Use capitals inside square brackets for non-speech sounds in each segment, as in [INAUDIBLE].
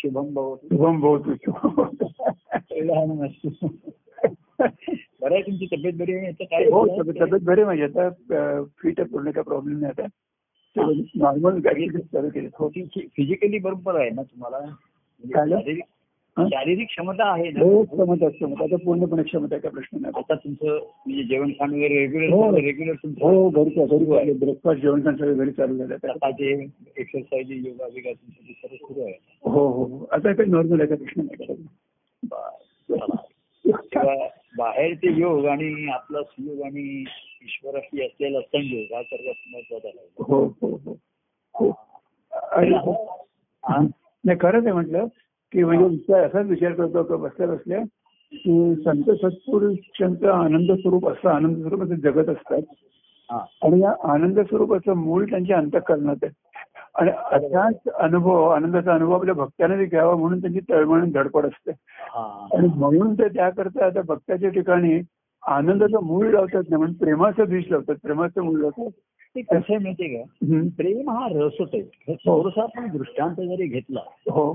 शुभम भाऊ शुभम भाऊ तू शुभम बरं आहे तुमची तब्येत बरी आहे याचं काय हो झालं? तब्येत तब्येत बरी आहे माझी आता फिट पूर्ण काय प्रॉब्लेम नाही आता नॉर्मल गाडी चालू केली हो फिजिकली बरोबर आहे ना तुम्हाला म्हणजे काय झालं? शारीरिक- हं? शारीरिक क्षमता आहे ना हो क्षमता क्षमता आता पूर्णपणे क्षमता काय प्रश्न नाही आता तुमचं म्हणजे जेवण खाण वगैरे हो. रेग्युलर रेग्युलर तुमचं हो घरी घरी झाले ब्रेकफास्ट जेवण खाण सगळं घरी चालू झालं आता. सकाळचे एक्सरसाइज योगा बिगा तुमचं ते सर्व सुरू आहे हो हो हो. आता काही नॉर्मल आहे काय प्रश्न नाही काय बरं, चला. तेव्हा बाहेरचे योग आणि आपला सुयोग आणि ईश्वराशी असलेला संयोग हा सर्वात महत्वाचा लागला हो हो हो हो. आणि हा? नाही खरंच आहे म्हटलं की म्हणजे विचार असाच विचार करतो का बसल्या बसल्या की संत सत्पुरुषांचं आनंद स्वरूप असं आनंद स्वरूप असं जगत असतात हा. आणि या आनंद स्वरूपाचं मूळ त्यांच्या अंतःकरणात आहे आणि असाच अनुभव आनंदाचा अनुभव आपल्या भक्ताने बी घ्यावा म्हणून त्यांची तळमळून धडपड असते हा. आणि म्हणून ते त्याकरता आता भक्ताच्या ठिकाणी आनंदाचं मूळ लावतात नाही म्हणून प्रेमाचं बीज लावतात प्रेमाचं मूळ लावतात ते कसं आहे माहितीये का हं. प्रेम हा रसच आहे हे थोडंसं आपण दृष्टांत जरी घेतला हो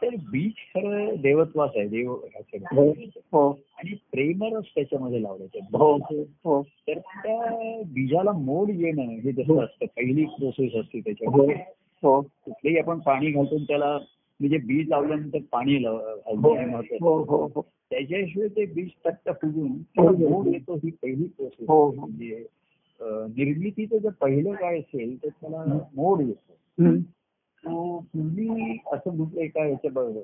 तर बीज खरं देवत्वाच आहे देव ह्याचं. हो हो आणि प्रेमरस त्याच्यामध्ये लावलं हो आहे. हो तर त्या बीजाला मोड येणं हे हो. जसं असतं पहिली प्रोसेस असते हो त्याच्यामध्ये हो कुठलेही आपण पाणी घालून त्याला म्हणजे बीज लावल्यानंतर पाणी लाव- घालणं हे महत्वाचं आहे. हो हो हो त्याच्याशिवाय ते बीज तट्ट फुगून त्याला मोड येतो ही पहिली प्रोसेस हो, हो. म्हणजे अं, निर्मितीचं जर पहिलं काय असेल तर त्याला मोड येतो हं. तो पूर्वी हो, असं म्हटलं एका ह्याच्या बरोबर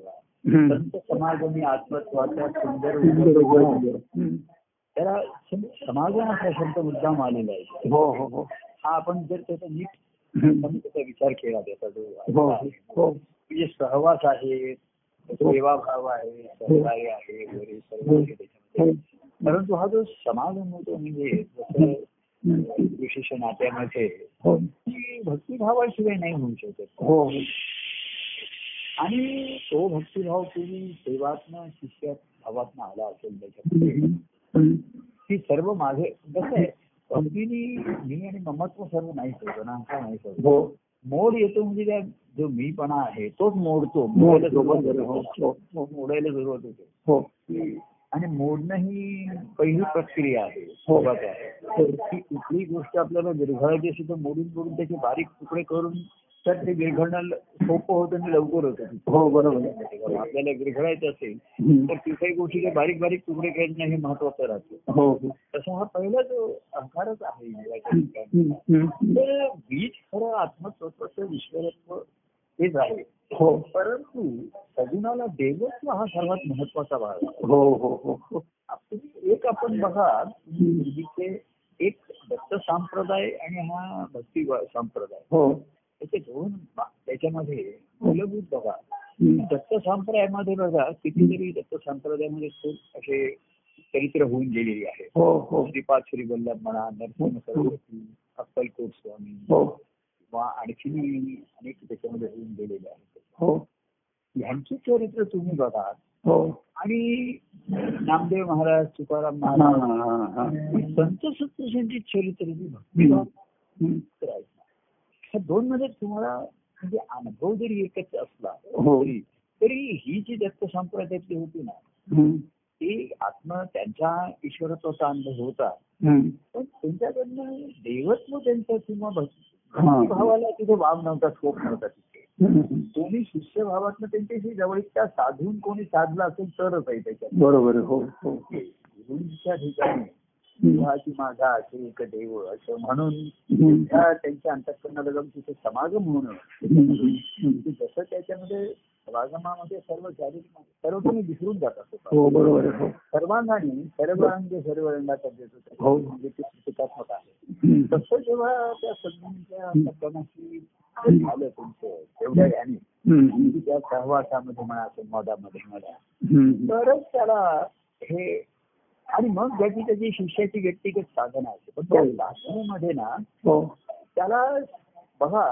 हं. संत समाज आणि आत्मत्वाचा सुंदर सुंदर, उपयोग होऊन सुंदर. हं. त्याला सं- समागम असा शब्द मुद्दाम आलेला आहे हो हो हो हा आपण जर त्याचा नीट हं. समतेचा विचार केला त्याचा जो हो आहे, हो म्हणजे सहवास आहे सेवाभाव आहे सहकार्य आहे वगैरे सर्व आहे त्याच्यामध्ये हो. परंतु हा जो समागम होतो म्हणजे जसं हं. विशेष नात्यामध्ये हो ती भक्तिभावाशिवाय नाही होऊ शकत हो आणि तो भक्तिभाव तुम्ही सेवातनं शिष्यात भावातनं आला असेल त्याच्यामध्ये हं. हं. की सर्व माझे कसं आहे अगदीनी मी आणि ममत्व सर्व नाही सर्व ना असं नाही सर्व हो मोड येतो म्हणजे त्या जो मीपणा आहे तोच मोडतो हो मोडायला सुरुवात हो होते. हो तो मोडायला सुरुवात होते हो आणि मोडणं ही पहिली प्रक्रिया आहे हो. सुरुवात आहे ती कुठलीही गोष्ट आपल्याला विरघळायची असेल तर मोडून मोडून त्याचे बारीक तुकडे करून तर ते विरघळणं ल- सोपं होतं आणि लवकर होतं हो बरोबर आहे. आपल्याला विरघळायचं असेल हं. तर ती काही गोष्टीचे बारीक बारीक तुकडे करणं हे महत्वाचं राहतं हो हो तसा हा पहिला जो अहंकारच आहे जीवाच्या हं. ठिकाणी. हं. हं. हं. तर बीज खरं आत्मस्वत्वाचं ईश्वरत्व हेच आहे हो परंतु सगुणाला देवत्व हा सर्वात महत्वाचा भाग आहे हो हो हो हो आपण एक आपण बघा पूर्वीचे एक दत्त संप्रदाय आणि हा भक्ती वा- संप्रदाय हो त्याचे दोन बा- त्याच्यामध्ये मूलभूत बघा हं. दत्त संप्रदायामध्ये बघा कितीतरी दत्त संप्रदायामध्ये खूप असे चरित्र होऊन गेलेली आहे हो हो श्रीपाद श्री वल्लभ म्हणा नरसिंह सरस्वती अक्कलकोट स्वामी हो किंवा आणखीनही अनेक त्याच्यामध्ये होऊन गेलेले आहेत हो यांचे चरित्र तुम्ही बघा हो आणि नामदेव महाराज तुकाराम हा, हा, महाराज हा, हा. संत सत्पुरुषांची चरित्र जी हं. भक्तिभाव हं. चरित्र आहेत ना, ह्या दोन मध्ये तुम्हाला म्हणजे अनुभव जरी एकच असला हो तरी तरी ही जी दत्त संप्रदायातली होती ना हं. ती आत्मा त्यांच्या ईश्वरत्वाचा अनुभव होता हं. पण त्यांच्याकडनं देवत्व त्यांचं किंवा हा. भक्ती भावाला तिथे वाव नव्हता स्कोप नव्हता तिथे हं. तुम्ही शिष्यभावातनं त्यांच्याशी जवळीकता साधून कोणी साधला असेल तरच आहे त्याच्यात बरोबर आहे. हो हो गुरुंच्या ठिकाणी हं. देवाची माझा असे एक देव असं म्हणून हं. त्या त्यांच्या अंतःकरणाला जाऊन तिथे समागम होणं हं. हं. म्हणजे जसं त्याच्यामध्ये समागमामध्ये सर्व शारीरिक सर्व तुम्ही विसरून जातात स्वतः. हो बरोबर आहे. हो सर्वांगाने सर्व अंग सर्व रंगाचा देतो हो. म्हणजे ते प्रतीकात्मक आहे हं. तसं जेव्हा त्या सद्गुरूंच्या अंतःकरणाशी झालं तुमचं तेवढ्या याने हं. आणि त्या सहवासामध्ये म्हणा संवादामध्ये म्हणा हं. तरच त्याला हे आणि मग ज्याची त्याची शिष्याची व्यक्तिगत साधना असते पण त्या हो. साधनेमध्ये ना हो त्याला बघा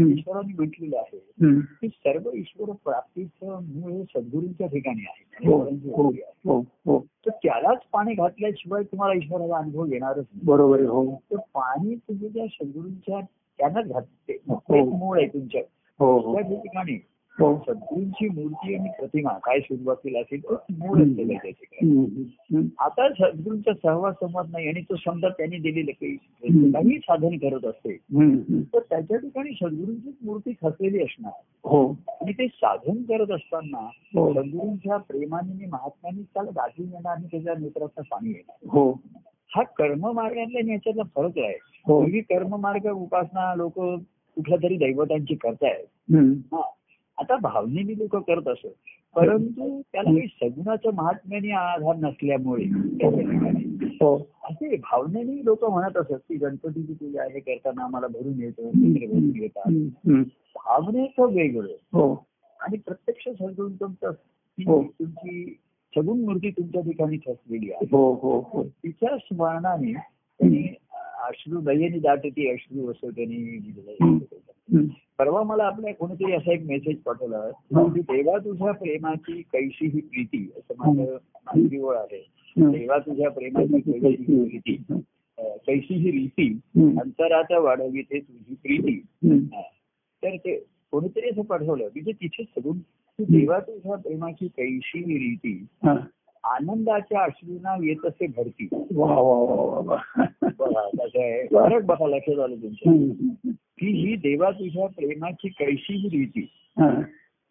हं. ईश्वराने म्हटलेलं आहे हं. की सर्व ईश्वर प्राप्तीचं मूळ हे सद्गुरूंच्या ठिकाणी आहे हो हो हो हो तर त्यालाच पाणी घातल्याशिवाय तुम्हाला ईश्वराचा अनुभव येणारच नाही बरोबर आहे. हो तर पाणी तुम्ही त्या सद्गुरूंच्या त्यांना घातते हो. तेच मूळ आहे तुमच्या हो हो त्या ठिकाणी हो सद्गुरूंची मूर्ती आणि प्रतिमा काय सुरुवातीला असेल तो मूळ असेल त्या ठिकाणी हम्म, हम्म. आता सद्गुरूंचा सहवास संवाद नाही आणि तो समजा त्यांनी दिलेलं काही हम्म. काही साधन करत असते हम्म, हम्म. तर त्याच्या ठिकाणी सद्गुरूंचीच मूर्ती खचलेली असणार हो आणि ते साधन करत असताना हो. सद्गुरूंच्या प्रेमाने आणि महात्म्याने त्याला दाटून येणार आणि त्याच्या नेत्राचा पाणी येणार हो हा कर्ममार्गातल्या आणि याच्यातला फरक आहे हो पूर्वी कर्ममार्ग उपासना लोक कुठल्या तरी दैवतांची करतायत हम्म. हा. आता भावनेने लोक करत असत परंतु त्याला काही सगुणाचं महात्म्याने आधार नसल्यामुळे त्याच्या ठिकाणी हो असे भावनेने लोक म्हणत असत की गणपतीची पूजा हे करताना आम्हाला भरून येतो वगैरे भरून हम्म, येतात हम्म, हम्म. भावनेचं वेगळं हो आणि प्रत्यक्ष सगुण तुमचं ती हो. तुमची सगुण मूर्ती तुमच्या ठिकाणी ठसलेली आहे हो हो हो तिच्या स्मरणाने त्यांनी अश्रू दय्यनी दाटती अश्रू असं त्यांनी लिहिलंय. हम्म. परवा मला आपल्या कोणीतरी असा एक मेसेज पाठवला हा. की देवा तुझ्या प्रेमाची कैशी ही प्रीती असं माझं माझी ओळ आहे हम्म. देवा तुझ्या प्रेमाची कैशी ही प्रीती अं, कैशी ही रीती हम्म. अंतरात वाढवी ते तुझी प्रीती हम्म. हा. तर ते कोणीतरी असं पाठवलं म्हणजे तिथे सगून की देवा तुझ्या प्रेमाची कैशी ही रीती हा. आनंदाच्या अश्रूंना येत असे भरती वा वा वा वा वा बघा कसं आहे फरक बघा लक्षात आलं तुमच्या हम्म. की ही देवा तुझ्या प्रेमाची कैशी ही रीती हा.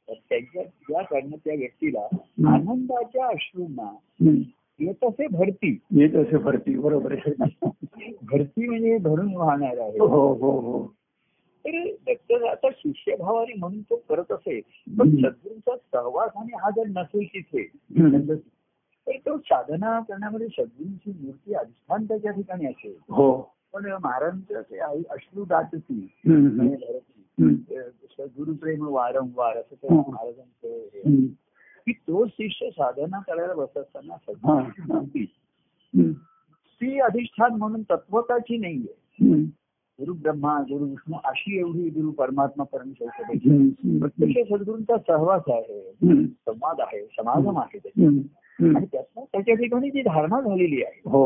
तर त्यांच्या या करणं त्या व्यक्तीला आनंदाच्या अश्रूंना हम्म. येत असे भरती येत असे भरती बरोबर आहे भरती म्हणजे हे भरून वाहणार आहे हो हो हो तर व्यक्तीला आता शिष्यभावाने म्हणून तो करत असे पण हम्म. सद्गुरूंचा सहवास आणि हा जर नसेल तिथे हम्म. तर तो साधना करण्यामध्ये सद्गुरूंची मूर्ती अधिष्ठान त्याच्या ठिकाणी असेल हो पण महाराजांचे आई अश्रू दाटती हम्म. हम्म. धरती हम्म. गुरुप्रेम वारंवार असं ते हम्म. महाराजांचं हे. हम्म. की तो शिष्य साधना करायला बसत असताना हा. सद्गुरूंची मूर्ती हम्म. ती अधिष्ठान म्हणून तत्वताची नाहीये हम्म. गुरु ब्रह्मा गुरु विष्णू अशी एवढी गुरु परमात्मा परमेश्वर हम्म. प्रत्यक्ष सद्गुरूंचा सहवास आहे हम्म. संवाद आहे समागम आहे त्याच्यात. हम्म. हम्म. आणि त्यातनं त्याच्या ठिकाणी जी धारणा झालेली आहे हो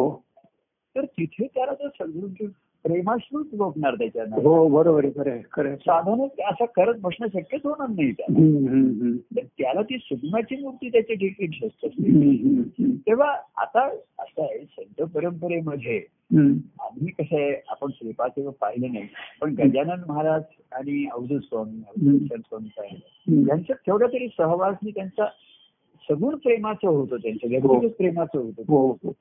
तर तिथे त्याला तर सद्गुरूंची प्रेमाश्रूच लोटणार त्याच्यानं हो बरोबर आहे खरं आहे खरं आहे. हो, साधन असं करत बसणं शक्यच होणार नाही त्याला हम्म. हम्म. तर त्याला ती सुगमाची मूर्ती त्याच्या ठिकाणी ठसत असते हम्म. हम्म. हम्म. तेव्हा आता असं आहे संत परंपरेमध्ये हम्म. आम्ही कसं आहे आपण श्रीपाद पाहिलं नाही पण गजानन महाराज आणि अवधूत स्वामी हम्म. अवधूत स्वामी पाहिलं हम्म. यांच्यात तेवढा तरी सहवासनी त्यांचा सगुण प्रेमाचं होतं त्यांचं व्यक्तिगत प्रेमाचं होतं हो हो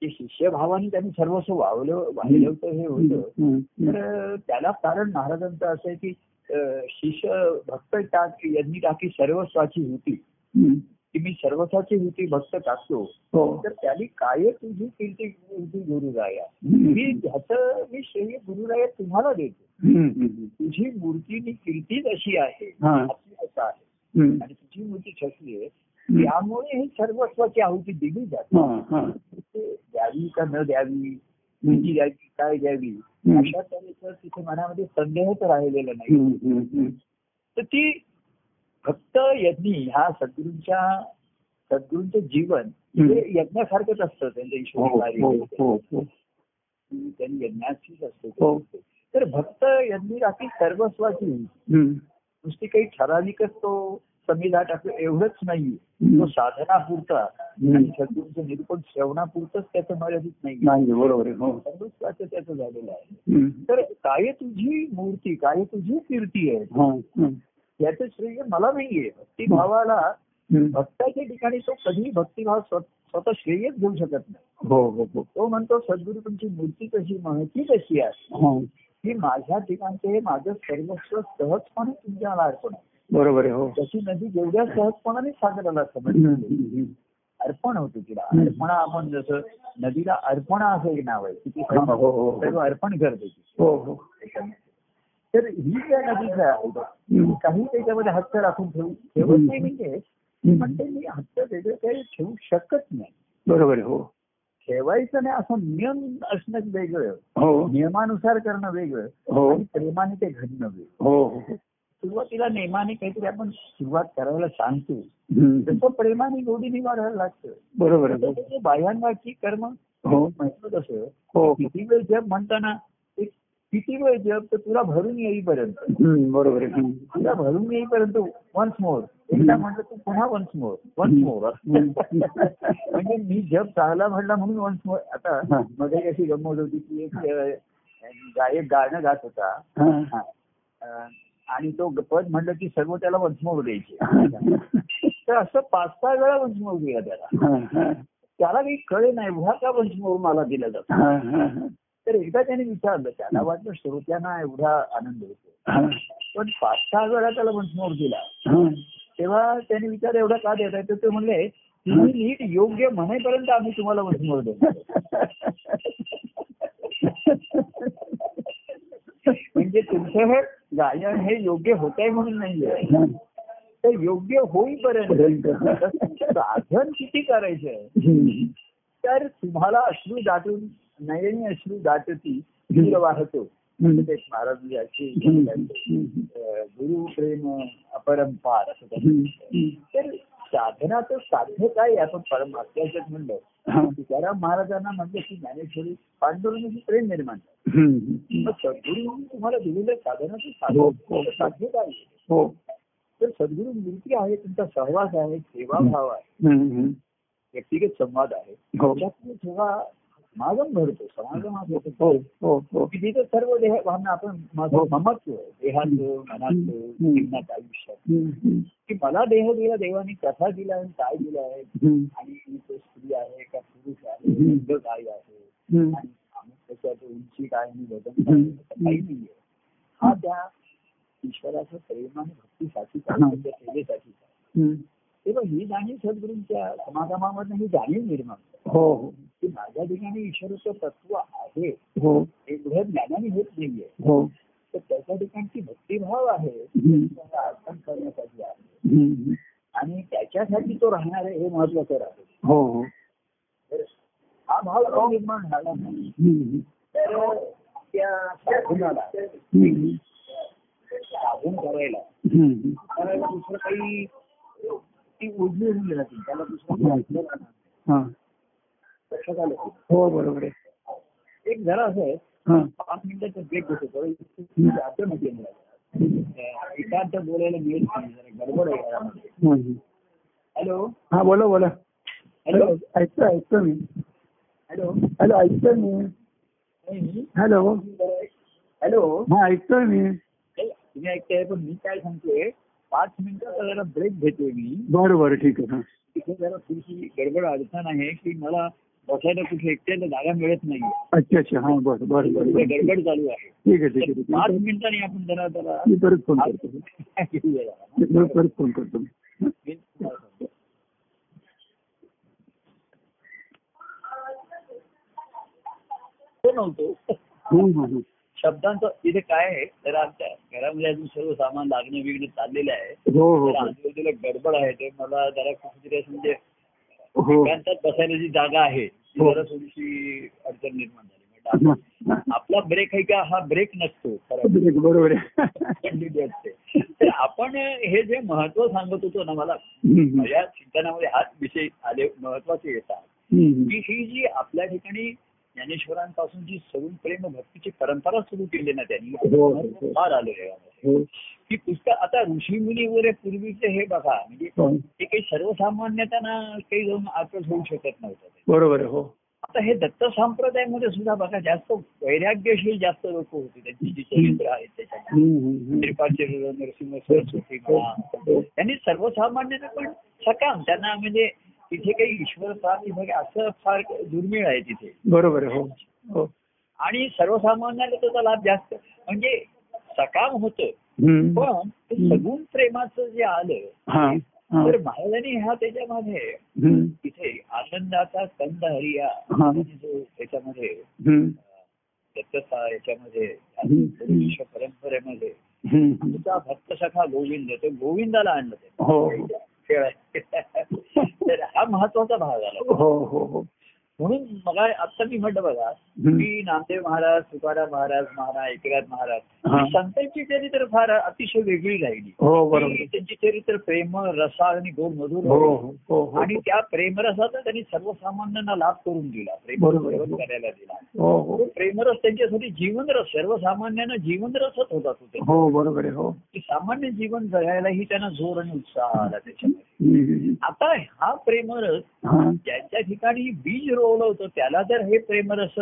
की शिष्यभावाने त्यांनी सर्वस्व वावलं वाहिलं होतं हे होतं हम्म. हम्म. तर त्याला कारण महाराजांचं असं आहे की अं, शिष्य भक्त टाक यांनी टाकी सर्वस्वाची होती हम्म. की मी सर्वस्वाची होती भक्त टाकतो हो तर त्यांनी काय तुझी कीर्ती कीर्ती गुरुराया मी हम्म. ह्याचं मी श्रेय गुरुराया तुम्हाला देतो हम्म. हम्म. तुझी मूर्ती नी कीर्तीच अशी आहे हा. आपली असं आहे हम्म. आणि तुझी मूर्ती ठसली आहे हम्म. त्यामुळे हे सर्वस्वाची आहुती दिली जाते हा, हा. ते द्यावी का न द्यावी किती हम्म. द्यावी काय द्यावी हम्म. अशा तऱ्हेचं तिथे मनामध्ये संदेह तर राहिलेला नाही हम्म. हम्म. हम्म. तर ती भक्त यज्ञी हा सद्गुरूंच्या सद्गुरूंचं जीवन हम्म. हे यज्ञासारखंच असतं त्यांच्या हो ईश्वरी कार्य हो वगैरे. हो हो त्यांनी यज्ञाचीच असते हो. तर भक्त यज्ञी राखी सर्वस्वाची हम्म. नुसती काही ठराविकच तो समीला टाकतो एवढंच नाही हम्म. तो साधनापुरता हम्म. आणि सद्गुरूंचं निरूपण श्रवणापुरतच त्याचं मर्यादित नाही नाही बरोबर आहे हो सर्वस्वाचं त्याचं झालेलं आहे हम्म. तर काय तुझी मूर्ती काय तुझी कीर्ती आहे हा, हा. याचं श्रेय मला नाहीये भक्तिभावाला हम्म. भक्ताच्या ठिकाणी तो कधीही भक्तिभाव स्व- स्वतः श्रेयच घेऊ शकत नाही हो हो हो तो म्हणतो सद्गुरू तुमची मूर्ती कशी माहिती कशी आहे हा. ही माझ्या ठिकाणचे हे माझं सर्वस्व सहजपणे तुमच्याला अर्पण आहे बरोबर आहे हो जशी नदी जेवढ्या सहजपणाने सागराला हम्म. समजते हम्म. अर्पण होते तिला हम्म. अर्पणा आपण जसं नदीला अर्पणा असं एक नाव आहे की ती हा, हो, हो, हो. सर्व अर्पण करते ती. हो हो तर ही ज्या नदीचं आहे हम्म. काही त्याच्यामध्ये हक्क राखून ठेवू ठेवत नाही म्हणजे पण हम्म. ते मी हक्क वेगळं काही ठेवू शकत नाही बरोबर आहे हो ठेवायचं नाही असं नियम असणं वेगळं हो नियमानुसार करणं वेगळं हो आणि प्रेमाने ते घडणं वेगळं हो हो सुरुवातीला नियमाने काहीतरी आपण सुरुवात करायला सांगतो हम्म. जसं प्रेमाने गोडीने वाढायला लागतं बरोबर आहे तसं ते बाह्यांची कर्म हो म्हटलं तसं हो हो किती वेळ जप म्हणताना एक किती वेळ जप तर तुला भरून येईपर्यंत हम्म, बरोबर आहे तुला भरून येईपर्यंत वन्स मोर एकदा म्हणलं तू पुन्हा वन्स मोर वन्स मोर [LAUGHS] म्हणजे मी जप चांगला म्हणला म्हणून वन्स मोर हा. आता मध्ये अशी गंमत होती की एक अं, गायक गाणं गात होता हा. अं, आणि तो पद म्हणलं की सर्व त्याला वन्स मोर হ্যাঁ, द्यायचे हा. तर असं पाच सहा वेळा वन्स मोर दिला त्याला हा. त्याला काही कळे नाही एवढा का वन्स मोर मला दिला जातो हा, हा, तर एकदा त्याने विचारलं त्याला वाटलं श्रोत्यांना एवढा आनंद होतो हा. पण पाच सहा वेळा त्याला वंशमोर दिला हा. तेव्हा त्याने विचार एवढा का देत आहे तर ते म्हणले तुम्ही नीट योग्य म्हणेपर्यंत आम्ही तुम्हाला वंशमोर देतो म्हणजे तुमचं हे गायन हे योग्य होत आहे म्हणून नाहीये हा. तर योग्य होईपर्यंत पर्यंत. साधन किती करायचं आहे हम्म. तर तुम्हाला अश्रू दाटून नयनी अश्रू दाटती तीर वाहतो हम्म. ते महाराज हो, याची हम्म. अं, गुरु प्रेम अपरंपार असं त्यांचं. हम्म. तर साधनाचं साध्य काय आपण परम अत्याच्यात म्हणलं हा. तुकाराम महाराजांना म्हणलं की ज्ञानेश्वरी पांडुरंगाची प्रेम निर्माण झालं. हम्म. मग सद्गुरूंनी तुम्हाला दिलेलं साधनाचं हो, साधन हो. साध्य काय आहे? हो तर सद्गुरू मूर्ती आहे तुमचा सहवास आहे सेवाभाव आहे हम्म. व्यक्तिगत संवाद आहे हो त्याच्यातून जेव्हा समागम घडतो समागम हा घडतो. हो हो हो विधीचं सर्व देह भावना आपण माझं ममत्व आहे. देहाचं मनाचं जीवनात आयुष्यात हम्म. की मला देह दिला देवाने कसा दिला आणि काय दिला आहे हम्म. आणि मी तो स्त्री आहे का पुरुष आहे हम्म. रंग काय आहे हम्म. आणि आम्ही त्याच्यात उंची काय आणि वजन काय हम्म. असं काही नाहीये हा त्या ईश्वराचं प्रेम आणि भक्तीसाठी करण्याच्या सेवेसाठी हम्म. तेव्हा ही जाणीव सद्गुरूंच्या समागमामधनं ही जाणीव निर्माण झाली. हो हो की माझ्या ठिकाणी ईश्वराचं तत्व आहे हो एवढं ज्ञानाने होत नाहीये हो तर त्याच्या ठिकाणची भक्तिभाव आहे हम्म. त्याला अर्पण करण्यासाठी आहे हम्म. आणि त्याच्यासाठी तो राहणार आहे हे महत्वाचं राहतं हो हो तर हा भाव जो निर्माण झाला नाही हम्म. तर त्या साधनाला हम्म. साधन करायला हम्म. त्याला दुसरं काही ती उजवी होऊन जाते त्याला दुसरं काही ऐकलं जाणार नाही. हा लक्षात आलं का? हो बरोबर आहे एक जरा असं आहे हा पाच मिनिटाचा ब्रेक होतो थोडं जातं मध्ये मला एकांत बोलायला मिळत नाही जरा गडबड आहे घरामध्ये. हम्म. हॅलो हा बोला बोला हॅलो ऐकतो ऐकतो मी हॅलो हॅलो ऐकतोय मी नाही, हॅलो मी जरा एक- हॅलो हा ऐकतोय मी नाही, तुम्ही ऐकताय पण मी काय सांगतोय पाच मिनिटाचा जरा ब्रेक घेतोय मी बरं बरं ठीक आहे हा तिथे जरा थोडीशी गडबड अडचण आहे की मला बसायला कुठे एकट्याला जागा मिळत नाही अच्छा अच्छा हा बरं बरं बरं तिथे बरं. गडबड चालू आहे ठीक आहे ठीक तर आहे ठीक पाच आहे मिनिटांनी आपण जरा त्याला मी परत फोन करतो घेऊया जरा. मी परत- परत फोन करतो मी. मी तुम्हाला सांगतो. तो नव्हतो हम्म, हम्म, हम्म. शब्दांचं तिथे काय आहे तर आमच्या घरामध्ये अजून सर्व सामान लागणं बिगणं चाललेलं आहे हो हो तर आजूबाजूला गडबड आहे ते मला जरा कुठेतरी असं म्हणजे हो एकांतात बसायला जी जागा आहे ती हो. जरा थोडीशी अडचण निर्माण झाली म्हणजे हा, हा. [LAUGHS] आप- आपला ब्रेक आहे का हा ब्रेक नसतो खरं ठीक आहे, बरोबर आहे कंटिन्यू असते तर आपण हे जे महत्व सांगत होतो ना मला हम्म, माझ्या चिंतनामध्ये हाच विषय आले महत्वाचे येतात हम्म. की ही जी आपल्या ठिकाणी ज्ञानेश्वरांपासून जी सगुण प्रेम भक्तीची परंपरा सुरू केली ना हो, हो, त्यांनी हो. फार आलं आहे यामध्ये. हो, ही पुस्तक आता ऋषी मुनी वगैरे पूर्वीचे हे बघा म्हणजे हो. ते काही सर्वसामान्य त्यांना काही जाऊन आकर्ष होऊ शकत नव्हतं ते. बरोबर आहे हो आता हे दत्त संप्रदायामध्ये सुद्धा बघा जास्त वैराग्यशील जास्त लोक होते त्यांची जी चरित्र आहेत त्याच्यामध्ये हम्म, हम्म, हम्म. श्रीपाद नरसिंह सरस्वती म्हणा. त्यांनी सर्वसामान्यांना पण सकाम त्यांना म्हणजे तिथे काही ईश्वर प्राप्ती वगैरे असं फार दुर्मिळ आहे तिथे बरोबर आहे हो हो आणि सर्वसामान्याला त्याचा लाभ जास्त म्हणजे सकाम होतं हम्म. पण ते सगुण प्रेमाचं जे आलं हा हा तर महाराजांनी ह्या त्याच्यामध्ये हम्म, तिथे आनंदाचा कंद हरिया म्हणजे हा. जो त्याच्यामध्ये हम्म, दत्तसा याच्यामध्ये हम्म. ईश्वर परंपरेमध्ये हम्म. आमचा भक्त सखा गोविंद तो गोविंदाला आणलं ते हो [LAUGHS] खेळ आहे. तर हा महत्वाचा भाग आला हो हो हो म्हणून मला आता मी म्हटलं बघा हम्म. मी नामदेव महाराज तुकाराम महाराज महाराज एकनाथ महाराज हा. ही संतांची चरित्र फार अतिशय वेगळी राहिली हो ती बरोबर त्यांची चरित्र प्रेम रसा आणि गोड मधुर हो होती. हो, हो हो आणि त्या प्रेमरसाचा त्यांनी सर्वसामान्यांना लाभ करून दिला प्रेमरस बरोबर. सेवन करायला दिला हो हो तो प्रेमरस त्यांच्यासाठी जीवनरस सर्वसामान्यांना जीवनरसच होता तो त्यांचा. हो बरोबर आहे हो की सामान्य जीवन जगायलाही त्यांना जोर आणि उत्साह आला त्याच्यामध्ये हम्म, हम्म, आता हा प्रेमरस हम्म. ज्यांच्या ठिकाणी बीज रोवलं होतं त्याला जर हे प्रेमरस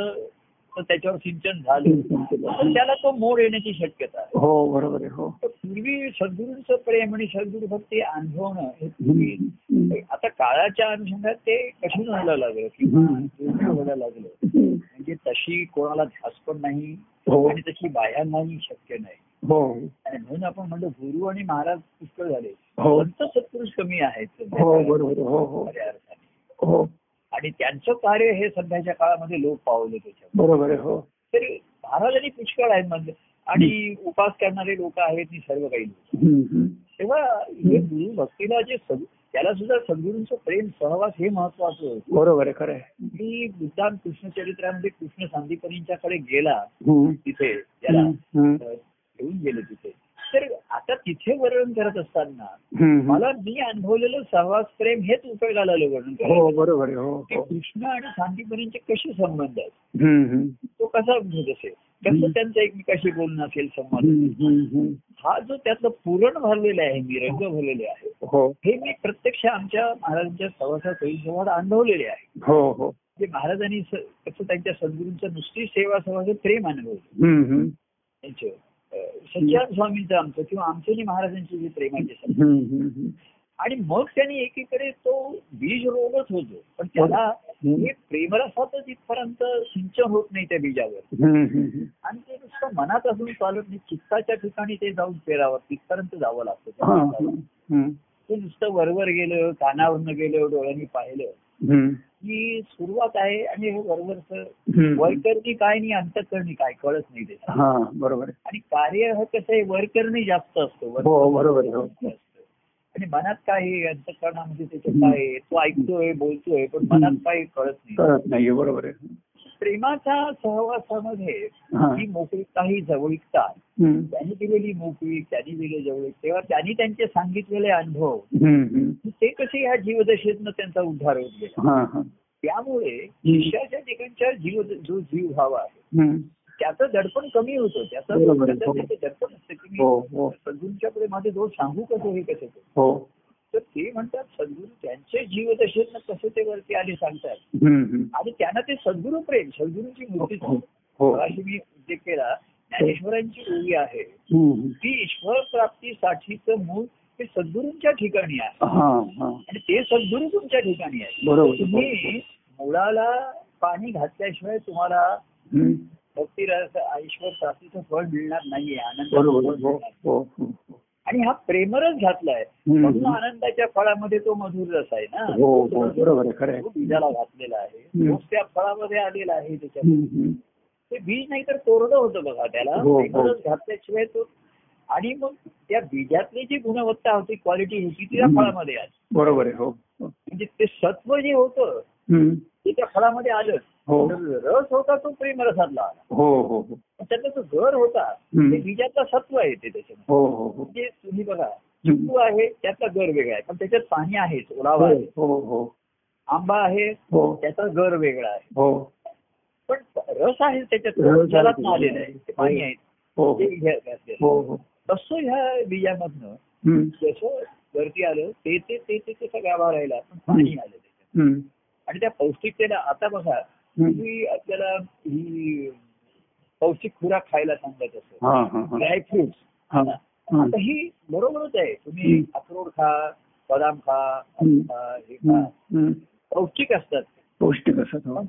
तर त्याच्यावर सिंचन झालं सिंचन केलं. तर त्याला तो मोड येण्याची शक्यता आहे हा हो बरोबर आहे हो तर पूर्वी सद्गुरूंचं प्रेम आणि सद्गुरू भक्ती अनुभवणं हे पूर्वी हम्म, हम्म, आता काळाच्या अनुषंगात ते कठीण व्हायला लागलं किंवा हम्म. दुर्मिळ हो, व्हायला लागलं हम्म. म्हणजे तशी कोणाला ध्यास पण नाही हो आणि तशी बाह्यांनाही शक्य नाही हो आणि म्हणून आपण म्हणतो गुरु आणि महाराज पुष्कळ झाले हो संत सत्पुरुष कमी आहेत हो बरोबर आहे. हो हो खऱ्या अर्थाने हो आणि त्यांचं कार्य हे सध्याच्या काळामध्ये लोक पावले त्याच्यावर बरोबर आहे हो तरी महाराजांनी पुष्कळ आहेत म्हणजे आणि उपास करणारे लोक आहेत ही सर्व काही लोकं. हम्म, हम्म. तेव्हा हे गुरु भक्तीला जे सद- त्याला सुद्धा सद्गुरूंचं प्रेम सहवास हे महत्वाचं होतं बरोबर आहे खरं आहे की बुद्धान कृष्णचरित्रामध्ये कृष्ण सांदीपनींच्याकडे गेला हम्म, तिथे त्याला हम्म, अं, घेऊन गेले तिथे तर आता तिथे वर्णन करत असताना हम्म. मला मी अनुभवलेलं सहवास प्रेम हेच उपयोगाला आलं वर्णन करायला. हो बरोबर आहे हो की हो कृष्ण आणि सांदीपनींचे कसे संबंध आहेत हम्म, हम्म. तो कसा घेत असेल कसं हम्म. त्यांचं एकमेकाशी बोलणं असेल संवाद हम्म, हम्म, हम्म. हा जो त्यातलं पुरण भरलेलं आहे मी रंग भरलेले आहे हो हे मी प्रत्यक्ष आमच्या महाराजांच्या सवासात परिसंवाद अनुभवलेले आहे हो हो जे महाराजांनी स- कसं त्यांच्या सद्गुरूंचं नुसती सेवा सवासात प्रेम अनुभवलं हम्म, हम्म. त्यांचं अं, सच्चिदानंद स्वामींचं आमचं किंवा आमचं आणि महाराजांचे जे प्रेमाचे संबंध. हम्म, हम्म, हम्म. आणि मग त्यांनी एकीकडे तो बीज रोवत होतो पण त्याला हम्म. हे प्रेमरसातच इथपर्यंत सिंचन होत नाही त्या बीजावर हम्म, हम्म. आणि ते नुसतं मनात असून चालत नाही चित्ताच्या ठिकाणी ते जाऊन पेरावं तिथपर्यंत जावं लागतं त्या हा, हा. माणसाला. हम्म, ते नुसतं वरवर गेलं कानावरनं गेलं डोळ्यांनी पाहिलं हम्म. ही सुरुवात आहे आणि हे वरवरचं हम्म. वरकरणी काय नाही अंतकरणी काय कळत नाही ते हा बरोबर आहे. आणि कार्य हे कसं आहे वरकरणी जास्त असतो हो वरकरणी बरोबर आहे, हो. जास्त असतं. आणि मनात काय आहे अंतकरणामध्ये त्याचं काय आहे तो ऐकतोय बोलतोय पण मनात हम्म. काही कळत नाही कळत नाहीये बरोबर आहे प्रेमाच्या सहवासामध्ये हा. ही मोकळी काही जवळीकता हम्म. त्यांनी दिलेली मोकळी त्यांनी दिले जवळीक तेव्हा त्यांनी त्यांचे सांगितलेले अनुभव हम्म, हम्म. ते कसे ह्या जीवदशेतनं त्यांचा उद्धार होत गेला हा, हा. त्यामुळे शिष्याच्या ठिकाणच्या जीव जो जीव भावा आहे हम्म. त्याचं दडपण कमी होतं त्याचं बरोबर आहे. त्याचं हो. त्याचं दडपण असतं की हो मी हो सद्गुरूंच्या पुढे माझे दोष सांगू कसं हे कसं ते हो तर ते म्हणतात सद्गुरू त्यांचे जीव कसे ते वरती आले सांगतात हम्म, हम्म. आणि त्यांना ते सद्गुरू प्रेम सद्गुरूंची मूर्ती हो अशी मी उल्लेख केला ज्ञानेश्वरांची ओवी आहे हम्म. ती ईश्वर प्राप्तीसाठीचं मूळ हे सद्गुरूंच्या ठिकाणी आहे हा हा आणि ते सद्गुरू तुमच्या ठिकाणी आहे बरोबर. तुम्ही मुळाला पाणी घातल्याशिवाय तुम्हाला हम्म. भक्तिरस ईश्वर प्राप्तीचं फळ मिळणार नाहीये आनंद बरोबर हो हो हो आणि हा प्रेमरस घातलाय हम्म. म्हणून आनंदाच्या फळामध्ये तो मधुर रस आहे ना हो हो बरोबर आहे खरं तो आहे बीजाला घातलेला आहे हम्म. तो त्या फळामध्ये आलेला आहे त्याच्यात हम्म, हम्म. ते बीज नाही तर कोरडं होतं बघा त्याला हो, हो. प्रेमरस घातल्याशिवाय तो आणि मग त्या बीजातली जी गुणवत्ता होती क्वालिटी होती ती त्या हम्म. फळामध्ये आली बरोबर आहे हो हो. म्हणजे ते सत्व जे होतं हम्म. ते त्या फळामध्ये आलं हो तर रस होता तो प्रेमरसातला आला हो हो हो पण त्यातला जो घर होता हम्म. ते बीजातला सत्व आहे ते त्याच्यामध्ये हो हो हो म्हणजे तुम्ही बघा चिंबू आहे त्यातला गर वेगळा आहे पण त्याच्यात पाणी आहेच ओलावा आहे हो हो आंबा आहे हो त्याचा गर वेगळा आहे हो पण रस आहे त्याच्यात रस आहे. जलातनं आलेलं आहे ते पाणी आहे हो ते ह्या- घातलेलं. हो हो तसं ह्या बीजामधनं हम्म. जसं वरती आलं ते ते ते ते ते सगळ्या राहिला पण पाणी आलं त्याच्यात हम्म. आणि त्या पौष्टिकतेला आता बघा हम्म. पूर्वी आपल्याला ही पौष्टिक खुराक खायला सांगत असत हा हा हा ड्रायफ्रुट्स हा हा. आता ही बरोबरच आहे तुम्ही हम्म. अक्रोड खा बदाम खा हम्म. अ, हे खा हम्म. हम्म. पौष्टिक असतात पौष्टिक असत हो पण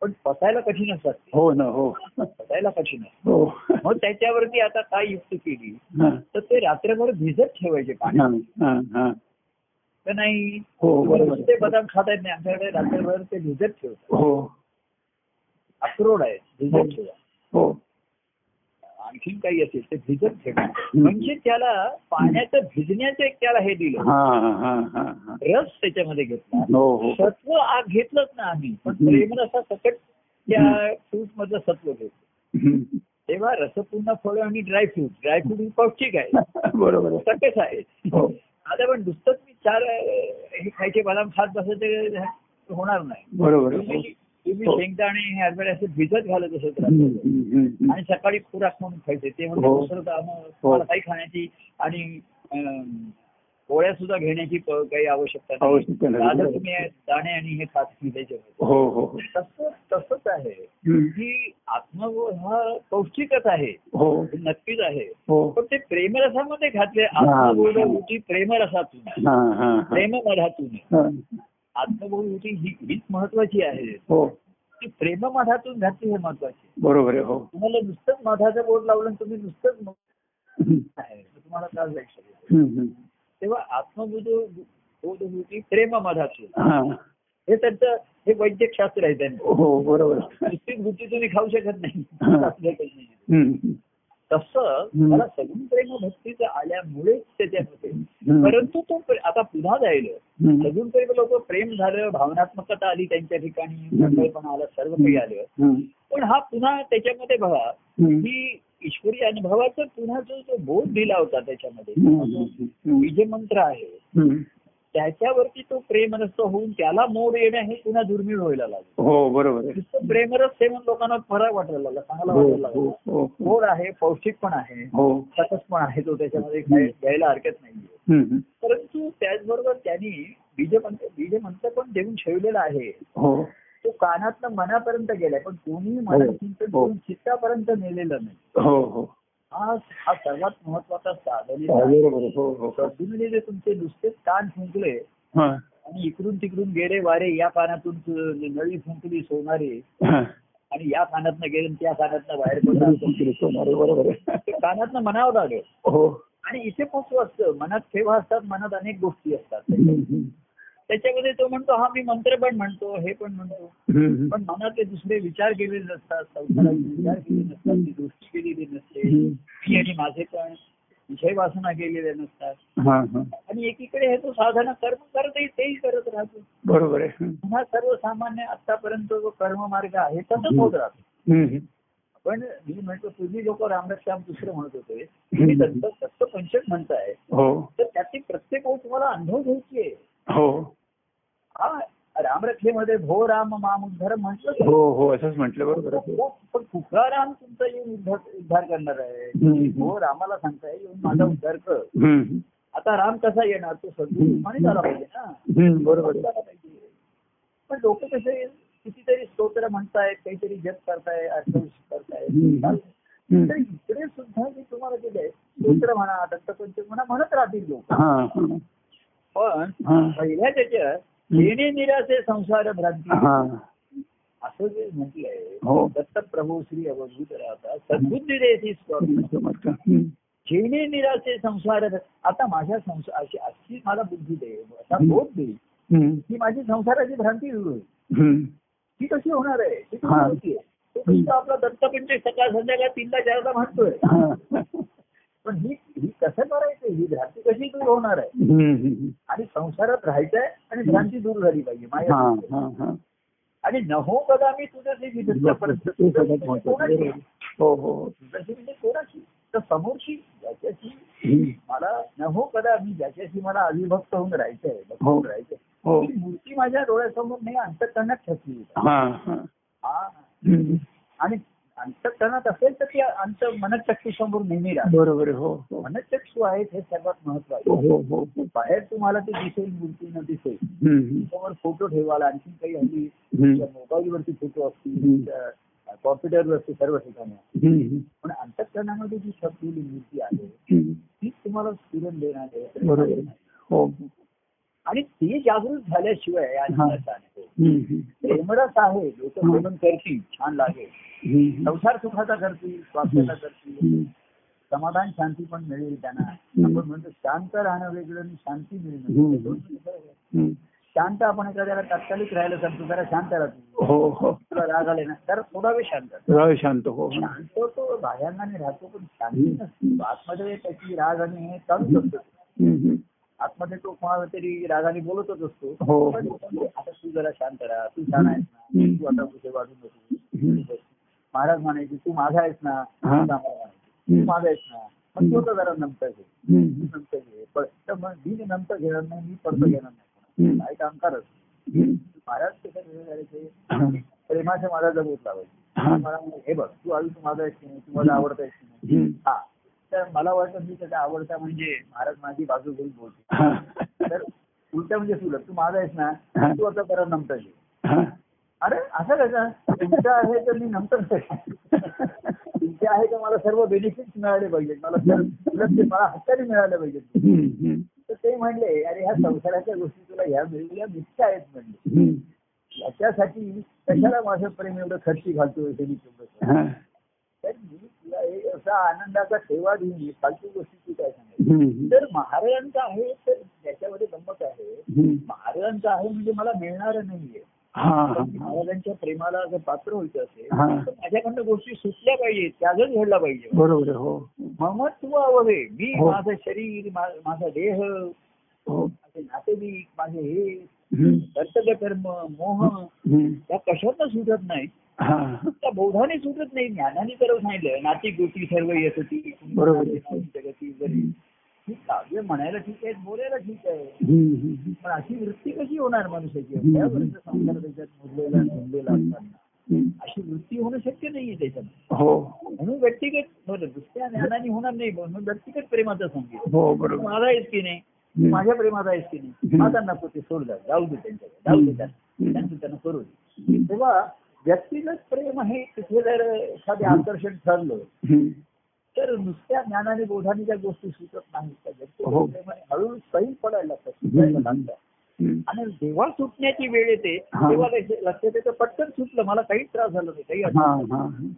पण पचायला कठीण असतात ते. हो ना हो पचायला कठीण असतात हो मग त्याच्यावरती आता काय युक्ती केली हा. तर ते रात्रभर भिजत ठेवायचे पाणी हा, हा, हा. तर नाही हो तुम्ही बरोबर नुसते बदाम खात आहेत नाही आमच्याकडे रात्रभर ते भिजत ठेवतात हो अक्रोड आहे हो. भिजत ठेवा हो आणखीन काही असेल ते भिजत ठेवणं हम्म. म्हणजे त्याला पाण्याचं भिजण्याचं एक त्याला हे दिलं हा हा हा हा रस त्याच्यामध्ये घेतला हो हो सत्व आग घेतलंच ना आम्ही पण हम्म. प्रेम असा सकट त्या हम्म. फ्रूट मधलं सत्व घेतो हम्म. तेव्हा रसपूर्ण फळ आणि ड्रायफ्रूट ड्रायफ्रूट ही पौष्टिक आहे बरोबर आहे सकस आहे हो आता पण नुसतंच मी चार अं, हे खायचे बदाम खात बसायचे होणार नाही बरोबर आहे तुम्ही तुम्ही हो. शेंगदाणे हे हरभरे असे भिजत घालत असत हम्म, रात्रभर. हम्म, हम्म. आणि सकाळी खुराक म्हणून खायचे ते म्हणजे हो. दुसरं काम तुम्हाला काही खाण्याची आणि अं, गोळ्या सुद्धा घेण्याची प- काही आवश्यकता नाही आवश्यकता नाही. साधं तुम्ही हे दाणे आणि हे खात भिजायचे हो हो हो. तसं तसंच आहे हम्म. की आत्मबोध हा पौष्टिकच आहे हो नक्कीच आहे हो पण ते प्रेमरसामध्ये घातले हा. आत्मबोध होती प्रेमरसातून हा हा हा. प्रेममधातून हा. आत्मबोध होती ही हीच महत्वाची आहे हो ती प्रेममधातून घातली हे महत्वाची बरोबर आहे हो तुम्हाला नुसतंच मधाचं बोट लावलं आणि तुम्ही नुसतंच मध हम्म, आहे तर तुम्हाला त्रास जाईल शरीराला. हम्म. तेव्हा आत्मबोध बोध होती प्रेममधातून हा. हे त्यांचं हे वैद्यक शास्त्र आहे त्यांचं हो बरोबर आहे. नुसती वृत्ती तुम्ही खाऊ शकत नाही हा. आपलं काही नाही. हम्म, तसं हम्म. मला सगून प्रेम भक्तीचं आल्यामुळेच त्याच्यामध्ये हम्म. परंतु तो प्रे- आता पुन्हा जायलं हम्म. सगून प्रेम लोक प्रेम झालं भावनात्मकता आली त्यांच्या ठिकाणी मंगळपणा आला सर्व काही आलं हम्म, पण हा पुन्हा त्याच्यामध्ये बघा हम्म. की ईश्वरी अनुभवाचा पुन्हा जो जो बोध दिला होता त्याच्यामध्ये हम्म, हम्म. बीज मंत्र आहे हम्म. त्याच्यावरती तो प्रेमरस होऊन त्याला मोड येणं हे पुन्हा दुर्मिळ व्हायला लागलं हो बरोबर आहे नुसतं प्रेमरस हे म्हणून लोकांना फरक वाटायला लागला चांगला हो वाटायला हो लागला हो गोड आहे पौष्टिक पण आहे हो सकस पण आहे तो त्याच्यामध्ये काय- द्यायला हरकत नाहीये हम्म. परंतु त्याचबरोबर त्यांनी बीजमंत्र बीजमंत्र पण देऊन ठेवलेला आहे हो तो कानातनं मनापर्यंत गेलाय पण कोणीही मनात चिंतन हो. करून चित्तापर्यंत नेलेलं नाही हो हो हा हा सर्वात महत्वाचा साधन हा, आहे बरोबर आहे. हो हो हो. सद्गुरूने जे तुमचे नुसतेच कान फुंकले हा. आणि इकडून तिकडून गेले वारे या कानातून तु- नळी फुंकली सोनारे हा. आणि या कानातनं गेले आणि त्या कानातनं बाहेर पडला बरोबर आहे. ते कानातनं मनावर आलं हो आणि इथे फक्त असतं मनात ठेवा असतात मनात अनेक गोष्टी असतात हम्म, त्याच्यामध्ये तो म्हणतो हा मी मंत्र पण म्हणतो हे पण म्हणतो हम्म. पण मनातले दुसरे विचार केले नसतात संसाराचे विचार केले नसतात ती दृष्टी केलेली नसते हम्म. मी आणि माझे पण विषय वासना केलेल्या नसतात हा, हा. आणि एकीकडे हे तो साधना कर्म करतही तेही करत राहतो बरोबर आहे हम्म, पुन्हा सर्वसामान्य आतापर्यंत जो कर्म मार्ग आहे तसंच होत राहतो हम्म. पण मी म्हणतो पूर्वी लोक रामरक्षाम दुसरं म्हणत होते तुम्ही तत्व तत्व पंचक म्हणताय हो तर त्याची प्रत्येक ओळ तुम्हाला अनुभव घ्यायची आहे हो हा रामरक्षेमध्ये भो राम माम उद्धार म्हटलं हो हो असंच म्हटलं बरोबर आहे पण कुठला राम तुमचा येऊन उद्धार उद्धार करणार आहे हम्म. भो रामाला सांगताय येऊन माझा उद्धार कर हम्म, आता राम कसा येणार तो सद्गुरूपणे झाला पाहिजे ना हम्म, बरोबर आहे झाला पाहिजे. पण लोक कसे कितीतरी स्तोत्र म्हणतायत काहीतरी जप करताय अर्थवश हम्म. करतायत तर हम्म. इकडे सुद्धा मी तुम्हाला दिले स्तोत्र म्हणा दत्तपंच म्हणा म्हणत राहतील लोक हा हा पण हा पहिल्या त्याच्यात येणे निराशे संसार भ्रांती हम्म. हा असं जे म्हटलंय हो दत्तप्रभू श्री अवधूत राहता सद्बुद्धी देती स्वामी समजलं. हम्म. जेणे निराशे संसार भ्र- आता माझ्या संसार अशी अशी मला बुद्धी दे असा बोध दे हम्म. की माझी संसाराची भ्रांती दूर होईल हम्म. ती कशी होणार आहे ती हा. कशी होतीये? तो फक्त आपला दत्तपंच सकाळ संध्याकाळ तीनला चारला म्हणतोय हा. पण ही ही कसं करायचं ही भ्रांती कशी दूर होणार आहे हम्म, हम्म. आणि संसारात राहायचंय आणि भ्रांती दूर झाली पाहिजे हा, माझ्या हा, हा. आणि न हो कदा मी तुझ्याशी विरुद्ध परत- ते सगळ्यात महत्वाचं. कोणाशी? हो हो तुझ्याशी म्हणजे कोणाशी तर समोरशी ज्याच्याशी हम्म. मला न हो कदा मी ज्याच्याशी मला अविभक्त होऊन राहायचंय हो. बघून राहायचंय हो ती मूर्ती माझ्या डोळ्यासमोर नाही अंतकरणात ठसली हा हा हा. हम्म. आणि अंतकरणात असेल तर ती अंत मनचक्षू समोर नेहमी राहते बरोबर आहे. हो हो मनचक्षू आहेत हे सर्वात महत्वाचे हो हो हो बाहेर तुम्हाला ते दिसेल मूर्ती न दिसेल हम्म. समोर फोटो ठेवायला आणखी काही हल्ली हम्म. मोबाईल वरती फोटो हम्म. असतील कॉम्प्युटर वरती सर्व ठिकाणी हम्म. पण अंतकरणामध्ये जी छपलेली मूर्ती आहे हम्म. तीच तुम्हाला स्फुरण देणार आहे प्रेरणा बरोबर देणार आहे. आहे. हो आणि ती जागृत झाल्याशिवाय आनंदाचा अनुभव. हम्म. प्रेमरस आहे लोक प्रेमन करतील छान लागेल हम्म. संसार सुखाचा करतील स्वास्थ्याचा करतील हम्म. समाधान शांती पण मिळेल त्यांना हम्म. आपण म्हणतो शांत राहणं वेगळं आणि शांती मिळणं हम्म. वेगळं. दोन वेगळं आहे. हम्म. शांत आपण एखाद्याला तात्कालिक राहायला सांगतो जरा शांत राहतो हो हो तुला राग आले ना तर थोडा वेळ शांत राहा. राहू शांत हो हो. शांत तो बाह्यांगाने राहतो पण शांती नसते आतमध्ये त्याची राग आणि हे चालूच असतो हम्म, हम्म. आतमध्ये तो कोणाला तरी रागाने बोलतच असतो हो. पण आता तू जरा शांत राहा तू छान आहेस ना हम्म. तू आता कुठे वाढू नको हम्म. महाराज म्हणायचे तू माझा आहेस ना तू हा. माझा आहेस. तू हम्म, माझा आहेस ना मग तो तर जरा नमतं घे हम्म, नमतं घे पण तर मग मी नाही नमतं घेणार नाही मी परत घेणार नाही हम्म, काय काम करत हम्म. महाराज कसं हे करायचे हा, प्रेमाच्या माझा जगूत लावायचे हा. मला म्हणाले, हे बघ तू आज तू माझा आहेस की नाही तू मला आवडता आहेस की नाही हम्म. हा तर मला वाटलं मी त्याचा आवडता म्हणजे महाराज माझी बाजू घेऊन बोलते हा, तर उलट्या म्हणजे सुलभ तू माझा आहेस ना हा. तू आता परत नमता घे हा. अरे असं कसं तुमचं आहे तर मी नंतर तुमचे आहे तर मला सर्व बेनिफिट्स मिळाले पाहिजेत मला सर्व उलट ते मला हक्काने मिळाले पाहिजेत हम्म, हम्म, तर ते म्हणले अरे ह्या संसाराच्या गोष्टी तुला ह्या मिळवल्या मिथ्या आहेत म्हणले हम्म. याच्यासाठी कशाला माझं प्रेम एवढं खर्ची घालतोय हे मी तुला हा. तर मी तुला हे असा आनंदाचा ठेवा देऊन फालतू गोष्टी तू काय सांगितलं हम्म, हम्म. तर महाराजांचं आहे तर त्याच्यामध्ये गंमत आहे हम्म. महाराजांचं आहे म्हणजे मला मिळणार नाहीये हा, हा, पण हा. महाराजांच्या प्रेमाला जर पात्र व्हायचं असेल हा. तर माझ्याकडनं गोष्टी सुटल्या पाहिजेत त्यागच घडला पाहिजे बरोबर आहे, हो ममत्व अवघे मी हो. माझं शरीर मा- माझा देह माझे हो नातेवाईक माझे हे हम्म, कर्तव्य कर्म मोह हम्म. या कशातनं सुटत नाही हा त्या बोधाने सुटत नाही ज्ञानाने सर्व सांगितलं नाती गोष्टी सर्व येत होती बरोबर. जगती जरी ही काव्य म्हणायला ठीक आहे बोलायला ठीक आहे हम्म, हम्म, पण अशी वृत्ती कशी होणार मनुष्याची हम्म. या वर्ष संसार त्याच्यात मुरलेला झुंबलेला असताना हम्म. अशी वृत्ती होणं शक्य नाहीये त्याच्यात हो म्हणून व्यक्तिगत बरं दुसऱ्या ज्ञानाने होणार नाही म्हणून व्यक्तिगत प्रेमाचं संगीत हो तू बरोबर माझा आहेस की नाही तू हम्म. माझ्या प्रेमात आहेस की नाही हम्म. माझा नको ते सोड जा जाऊ दे त्यांच्याकडे जाऊ दे त्यांना हम्म. त्यांचं त्यांना करू दे हम्म, तेव्हा व्यक्तिगत प्रेम हे तिथे जर एखादे आकर्षण ठरलं हम्म. तर नुसत्या ज्ञानाने बोधाने ज्या गोष्टी सुचत नाहीत त्या हो. व्यक्तिगत प्रेमाने हळूहळू सैल पडायला लागतात सुचायला लागतात हम्म. आणि जेव्हा सुटण्याची वेळ येते हा. तेव्हा लक्ष- लक्षात येतं पटकन सुटलं मला काहीच त्रास झाला नाही काही हा, अडचण नाही. हा.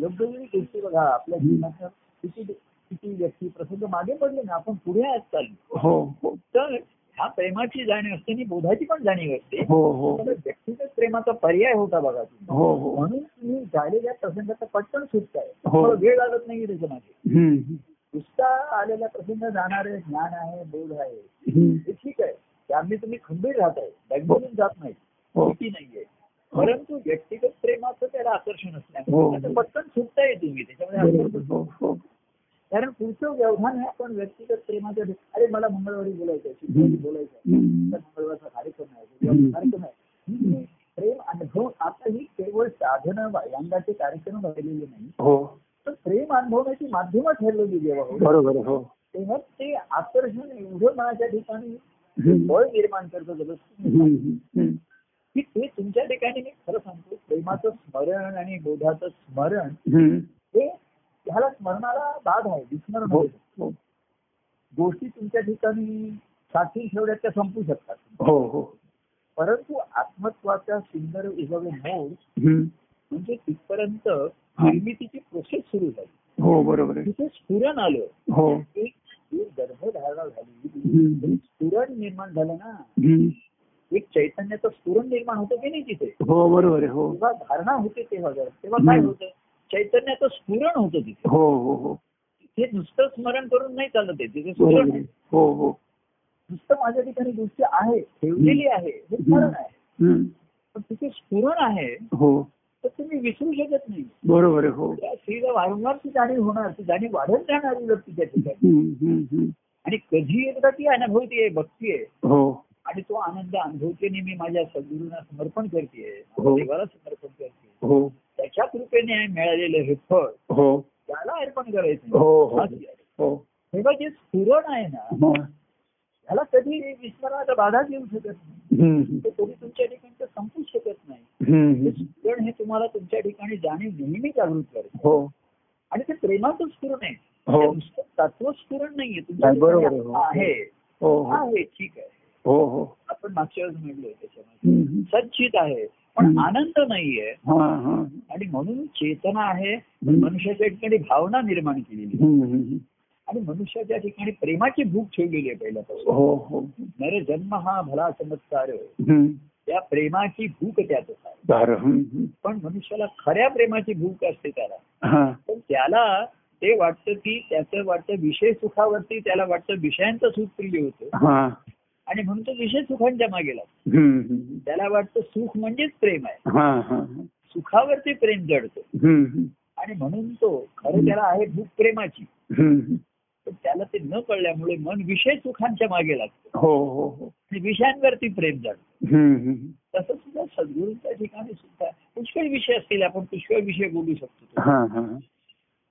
योग्य वेळी गोष्टी बघा आपल्या हम्म. जीवनात किती किती व्यक्ती प्रसंग मागे पडले ना आपण पुढे आज चाललो हो हो तर ह्या प्रेमाची जाणीव असते आणि बोधाची पण जाणीव असते हो हो तर व्यक्तिगत प्रेमाचा पर्याय होता बघा तुम्ही हो हो म्हणून तुम्ही झालेल्या प्रसंगाचा पटकन सुटताय हो. थोडा वेळ लागत नाही त्याच्या मागे हम्म, नुसता आलेला प्रसंग जाणारे ज्ञान आहे बोध आहे हम्म. हे ठीक आहे त्यामुळे तुम्ही खंबीर राहताय बॅगबोलून जात नाही हो भीती नाहीये परंतु व्यक्तिगत प्रेमाचं त्याला आकर्षण हो. असल्यामुळे त्याचं पटकन सुटता येते तुम्ही त्याच्यामुळे बरोबर आपण- हो हो कारण पुढचं व्यवधान हे आपण व्यक्तिगत प्रेमाच्या अरे मला मंगळवारी बोलायचं आहे शुक्रवारी बोलायचं आहे हम्म. तर मंगळवारचा कार्यक्रम आहे बुधवारचा कार्यक्रम आहे ही जी प्रेम अनुभव आता ही केवळ साधनं यांगाचे कार्यक्रम राहिलेले नाही हो तर प्रेम अनुभवण्याची माध्यमं ठरलेली जेव्हा होती, बरोबर आहे, हो तेव्हा ते आकर्षण एवढं मनाच्या ठिकाणी हम्म. बळ निर्माण करतं जगत हम्म, हम्म. की ते तुमच्या ठिकाणी मी खरं सांगतो प्रेमाचं स्मरण आणि बोधाचं स्मरण हम्म. हे ह्याला स्मरणाला बाध आहे विस्मरण हो होतं. हो गोष्टी तुमच्या ठिकाणी साठवून ठेवल्या त्या संपू शकतात हो हो परंतु आत्मत्वाचा सुंदर उभवे मोड हम्म. म्हणजे तिथपर्यंत निर्मितीची प्रोसेस सुरू झाली हो बरोबर आहे. तिथे स्फुरण आलं हो एक एक गर्भधारणा झाली हम्म. स्फुरण निर्माण झालं ना हम्म. एक चैतन्याचं स्फुरण निर्माण होतं की नाही तिथे हो बरोबर आहे, हो जेव्हा धारणा होते तेव्हा जरा- तेव्हा काय हम्म. होतं चैतन्याचं स्फुरण होतं तिथे हो हो हो तिथे नुसतं स्मरण करून नाही चालत आहे तिथे स्फुरण बरोबर आहे. आहे. हो हो नुसतं माझ्या ठिकाणी गोष्टी आहे ठेवलेली आहे हे स्मरण आहे हम्म. पण तिथे स्फुरण आहे हो तर तुम्ही विसरू शकत नाही बरोबर आहे, हो त्या स्त्रीला वारंवार ती जाणीव होणार ती जाणीव वाढत जाणार तिच्या ठिकाणी हम्म, हम्म, हम्म. आणि कधी एकदा ती अनुभवतीये बघतीये हो आणि तो आनंद अनुभवते आणि मी माझ्या सद्गुरूंना समर्पण करते हो. देवाला समर्पण करते हो त्याच्या कृपेने मिळालेलं हे फळ हो त्याला अर्पण करायचं हो हो हाच आहे. हो तेव्हा जे स्फुरण आहे ना हो. त्याला कधी विस्मरणाला बाधा देऊ शकत नाही हम्म, ते कधी तुमच्या ठिकाणचं संपू शकत नाही हम्म, हे स्फुरण हे तुम्हाला तुमच्या ठिकाणी जाणीव नेहमी जागृत करते हो आणि ते प्रेमाचं स्फुरण आहे हो. ते नुसतं तत्वस्फुरण नाहीये नाही, बरोबर आहे. ठिकाणी आहे हो हो आहे ठीक आहे हो हो आपण मागच्या वेळेस म्हणलोय त्याच्यामध्ये हम्म. सच्चित आहे पण हम्म. आनंद नाहीये हा हा आणि म्हणून चेतना आहे हम्म. मनुष्याच्या ठिकाणी भावना निर्माण केलेली आहे. हम्म, हम्म, आणि मनुष्याच्या ठिकाणी प्रेमाची भूक ठेवलेली आहे पहिल्यापासून हो हो नर जन्म हा भला चमत्कार हम्म. त्या प्रेमाची भूक त्याच आहे बरं हम्म, हम्म. पण मनुष्याला खऱ्या प्रेमाची भूक असते त्याला हा पण त्याला ते वाटतं की त्याचं वाटतं विषय सुखावरती त्याला वाटतं विषयांचं सुख प्रिय होतं हा आणि म्हणून तो विषय सुखांच्या मागे लागतो हम्म, हम्म. त्याला वाटतं सुख म्हणजेच प्रेम आहे हा हा सुखावरती प्रेम जडतं हम्म, हम्म. आणि म्हणून तो खरं त्याला आहे भूक प्रेमाची हम्म. पण त्याला ते न कळल्यामुळे मन विषय सुखांच्या मागे लागतं हो हो हो आणि विषयांवरती प्रेम जडतं हम्म, हम्म. तसं सुद्धा सद्गुरूंच्या ठिकाणी सुद्धा पुष्कळ विषय असतील आपण पुष्कळ विषय बोलू शकतो हा हा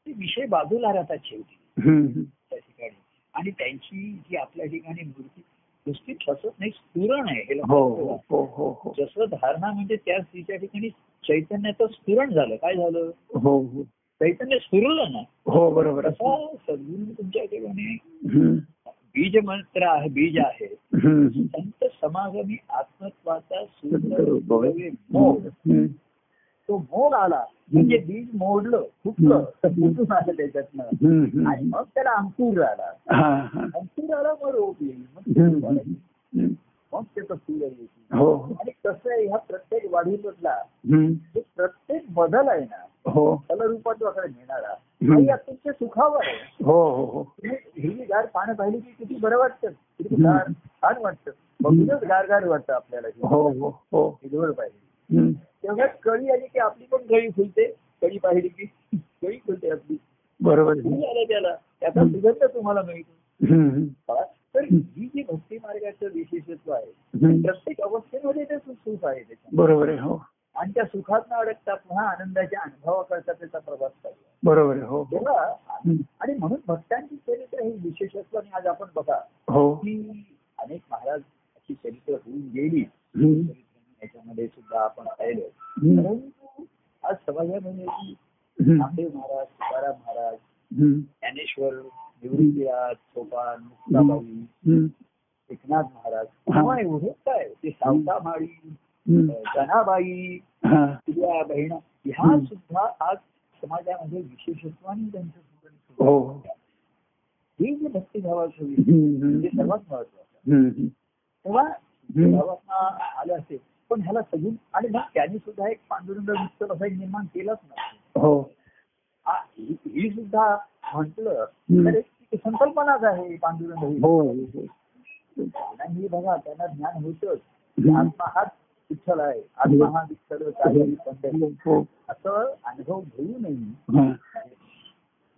ते विषय बाजूला राहतात शेवटी हम्म. त्या ठिकाणी आणि त्यांची जी आपल्या ठिकाणी मूर्ती नुसती ठसत नाही स्फुरण आहे हे हो लक्षात हो ठेवा. हो हो हो जसं धारणा म्हणजे त्या स्त्रीच्या ठिकाणी चैतन्याचं स्फुरण झालं काय झालं हो हो चैतन्य स्फुरलं ना हो बरोबर आहे. तसा सद्गुरू तुमच्या ठिकाणी हम्म, बीज मंत्र आहे बीज आहे हम्म, हम्म. संत समागमी आत्मत्वाचा बरोबर. सुंदर भव्य मोग हम्म. तो मोग आला म्हणजे बीज मोडलं फुटलं तर फुटून आलं त्याच्यातनं हम्म, हम्म. आणि मग त्याला अंकुर आला हा हा अंकुर आला मग रोप येईल मग ते हम्म, फळ हम्म. येईल. हम्म. मग त्याचं फुल येईल हो हो. आणि कसं आहे ह्या प्रत्येक वाढीमधला हम्म. जो प्रत्येक बदल आहे ना हो त्याला रूपात्वाकडे नेणारा हम्म. काही अतिशय सुखावर आहे हो हो हो तुम्ही हिरवीगार पानं पाहिली की किती बरं वाटतं किती हम्म. गार छान वाटतं बघूनच गारगार वाटतं आपल्याला हो हो हो हिरवळ पाहिजे हम्म. तेव्हा कळी आली की आपली पण कळी फुलते कळी पाहिली की कळी फुलते आपली बरोबर आहे. फुल आलं त्याला त्याचा हम्म. सुगंध तुम्हाला मिळतो हम्म, हा? तर ही जी भक्ती मार्गाचं विशेषत्व आहे हम्म. प्रत्येक अवस्थेमध्ये ते सु- सुख आहे त्याच्यात बरोबर आहे हो आणि त्या सुखात न अडकता पुन्हा आनंदाच्या अनुभवाकरता त्याचा प्रवास पाहिजे बरोबर आहे हो तेव्हा हम्म. आणि म्हणून भक्तांची चरित्र हे विशेषत्व आणि आज आपण बघा हो की अनेक महाराजांची चरित्र होऊन गेली हम्म. याच्यामध्ये सुद्धा आपण पाहिलं हम्म. परंतु आज समाजामध्ये हम्म. नामदेव महाराज तुकाराम महाराज हम्म. ज्ञानेश्वर निवृत्तीराज सोपान मुक्ताबाई हम्म. एकनाथ महाराज तेव्हा एवढे काय ते सावता माळी हम्म. जनाबाई हा. तुझ्या बहीण ह्या सुद्धा आज समाजामध्ये विशेषत्वाने त्यांचं सुगंध सुरू हो आहे. हे जे भक्तिभावाचं विशेष हम्म. हे हम्म. सर्वात महत्वाचं हम्म. तेव्हा हम्म. भावांना आलं असेल पण ह्याला सगळी आणि मग त्यांनी सुद्धा एक पांडुरंग विठ्ठल असा एक निर्माण केलाच नाही हो आ- ही ही सुद्धा म्हटलं हम्म. तर एक संकल्पनाच आहे ही पांडुरंग ही हो हो. आणि ही बघा त्यांना ज्ञान होतच की हम्म. आत्मा हाच विठ्ठल आहे आत्मा हा विठ्ठल काहीही पंढरी. हो असं अनुभव घेऊनही हा.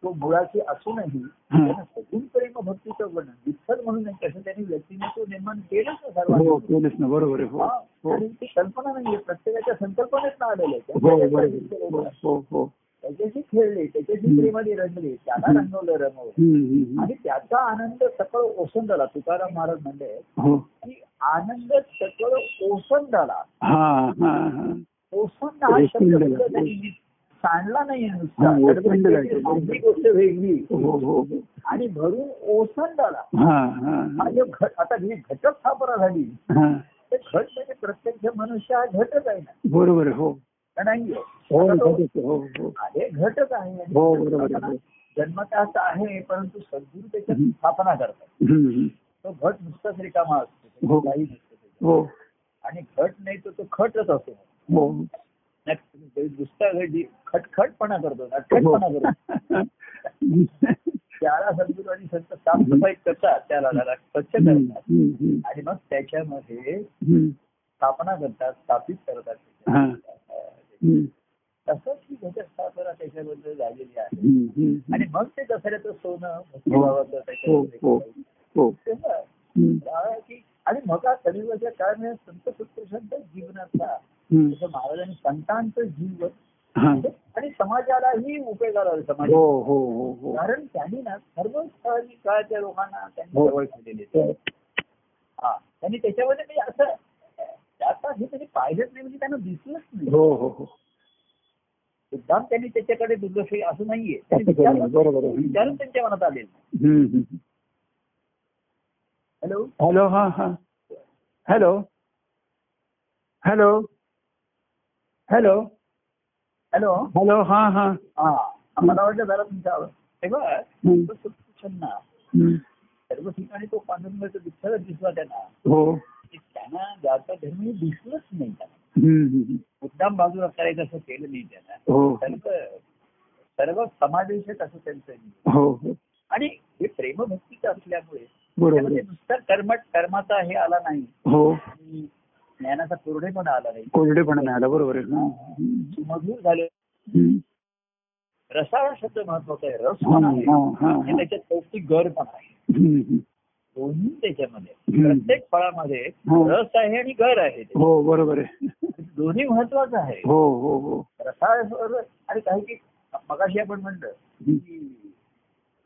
तो मुळाशी असूनही हा. त्यांना सगून प्रेम भक्तीचं वर्णन विठ्ठल म्हणून नाही, तसं त्यांनी व्यक्तीने तो निर्माण केलाच ना हो सर्वांना केलंच ना बरोबर आहे हो हा, हो आणि ती कल्पना नाहीये प्रत्येकाच्या संकल्पनेत आलेले हो बरोबर हो हो त्याच्याशी खेळले त्याच्याशी हम्म. प्रेमाने रंगले त्याला हम्म. रंगवलं रंगवलं हम्म, हम्म, आणि त्याचा आनंद सकळ ओसंडाला तुकाराम महाराज म्हणले हम्म. हो की आनंद सकळ ओसंडाला हा हा हा ओसंड हा शब्द ओसंडाला. फक्त त्यांनी सांडला नाही हा, ओसंडाला. गोष्ट वेगळी हो हो हो. आणि भरून ओसंडाला हा हा हा. हा जो घट आता ही घटक स्थापना झाली हा ते घट म्हणजे प्रत्यक्ष मनुष्य हा घटक आहे ना बरोबर आहे, हो का नाहीये हो आता तो हो, हो हो आहे घटक आहे हो, बरोबर आहे. स्थापना जन्मतःच आहे परंतु सद्गुरू त्याच्यात हं. स्थापना करतात हम्म, हम्म. तो घट नुसताच रिकामा असतो हो. त्याच्यात काही नसतं त्याच्यात. हो आणि घट नाही तर तो खटच असतो हो नाही, तुम्ही जरी नुसता घट जी- खटखटपणा हो. करतो खटपणा करतो त्याला सद्गुरू आणि संत साफसफाई करतात त्याला जरा स्वच्छ करतात हम्म, हम्म, आणि मग त्याच्यामध्ये हम्म. स्थापना करतात स्थापित करतात हा. हम्म, तसंच ही घटस्थापना त्याच्याबद्दल झालेली आहे हम्म, हम्म. आणि मग ते दसऱ्याचं सोनं भक्तिभावाचं हो हो त्याच्यामध्ये हो तेव्हा हम्म, राहा की आणि मग आज कलियुगाच्या कारण संत सुप्रशांत जीवनातला हम्म. जसं महाराजांनी संतांचं जीवन हा. आणि समाजालाही उपयोगाला आलं समाज हो हो हो हो कारण त्यांनी ना सर्व स्थानिक काळाच्या लोकांना त्यांनी हो. जवळ केलेले हा त्यांनी त्याच्यामध्ये म्हणजे असं आता हे त्यांनी पाहिलंच नाही म्हणजे त्यांना दिसलंच नाही हो हो हो मुद्दाम त्यांनी त्याच्याकडे दुर्लक्ष केलं असं नाहीये त्यांनी असं केलं नाही, विचारून- बरोबर आहे. विचारून त्यांच्या मनात आले हम्म, हम्म. हॅलो हॅलो हा हा hello hello hello hello hello हा हा हा मला वाटलं जरा तुमचा आवाज तेव्हा हम्म. संत असताना हम्म. सर्व ठिकाणी तो पांडुरंगाचा विठ्ठलच दिसला त्यांना हो की त्यांना जाता धर्म हे दिसलंच नाही त्यांना हम्म, हम्म. मुद्दाम बाजूला करायचं असं केलं नाही त्यांना हो सर्व सर्व समावेशक असं त्यांचं आहे. हो हो आणि हे प्रेमभक्तीचं असल्यामुळे बरोबर त्यामध्ये आहे. नुसता कर्म कर्माचा हे आला नाही हो आणि ज्ञानाचा कोरडेपणा आला नाही कोरडेपणा नाही आला बरोबर आहे हम्म. सुमधुर झालं हम्म. रसा हा शब्द महत्वाचा आहे रस हा, पण आहे हा, हा, आणि हा. त्याच्यात पौष्टिक गर पण आहे हम्म, हम्म. दोन्ही त्याच्यामध्ये हम्म. प्रत्येक फळामध्ये हो. रस आहे आणि गर आहे हो बरोबर आहे दोन्ही महत्वाचं आहे हो हो हो रसाळ आणि काही की मगाशी आपण म्हणलं हम्म. की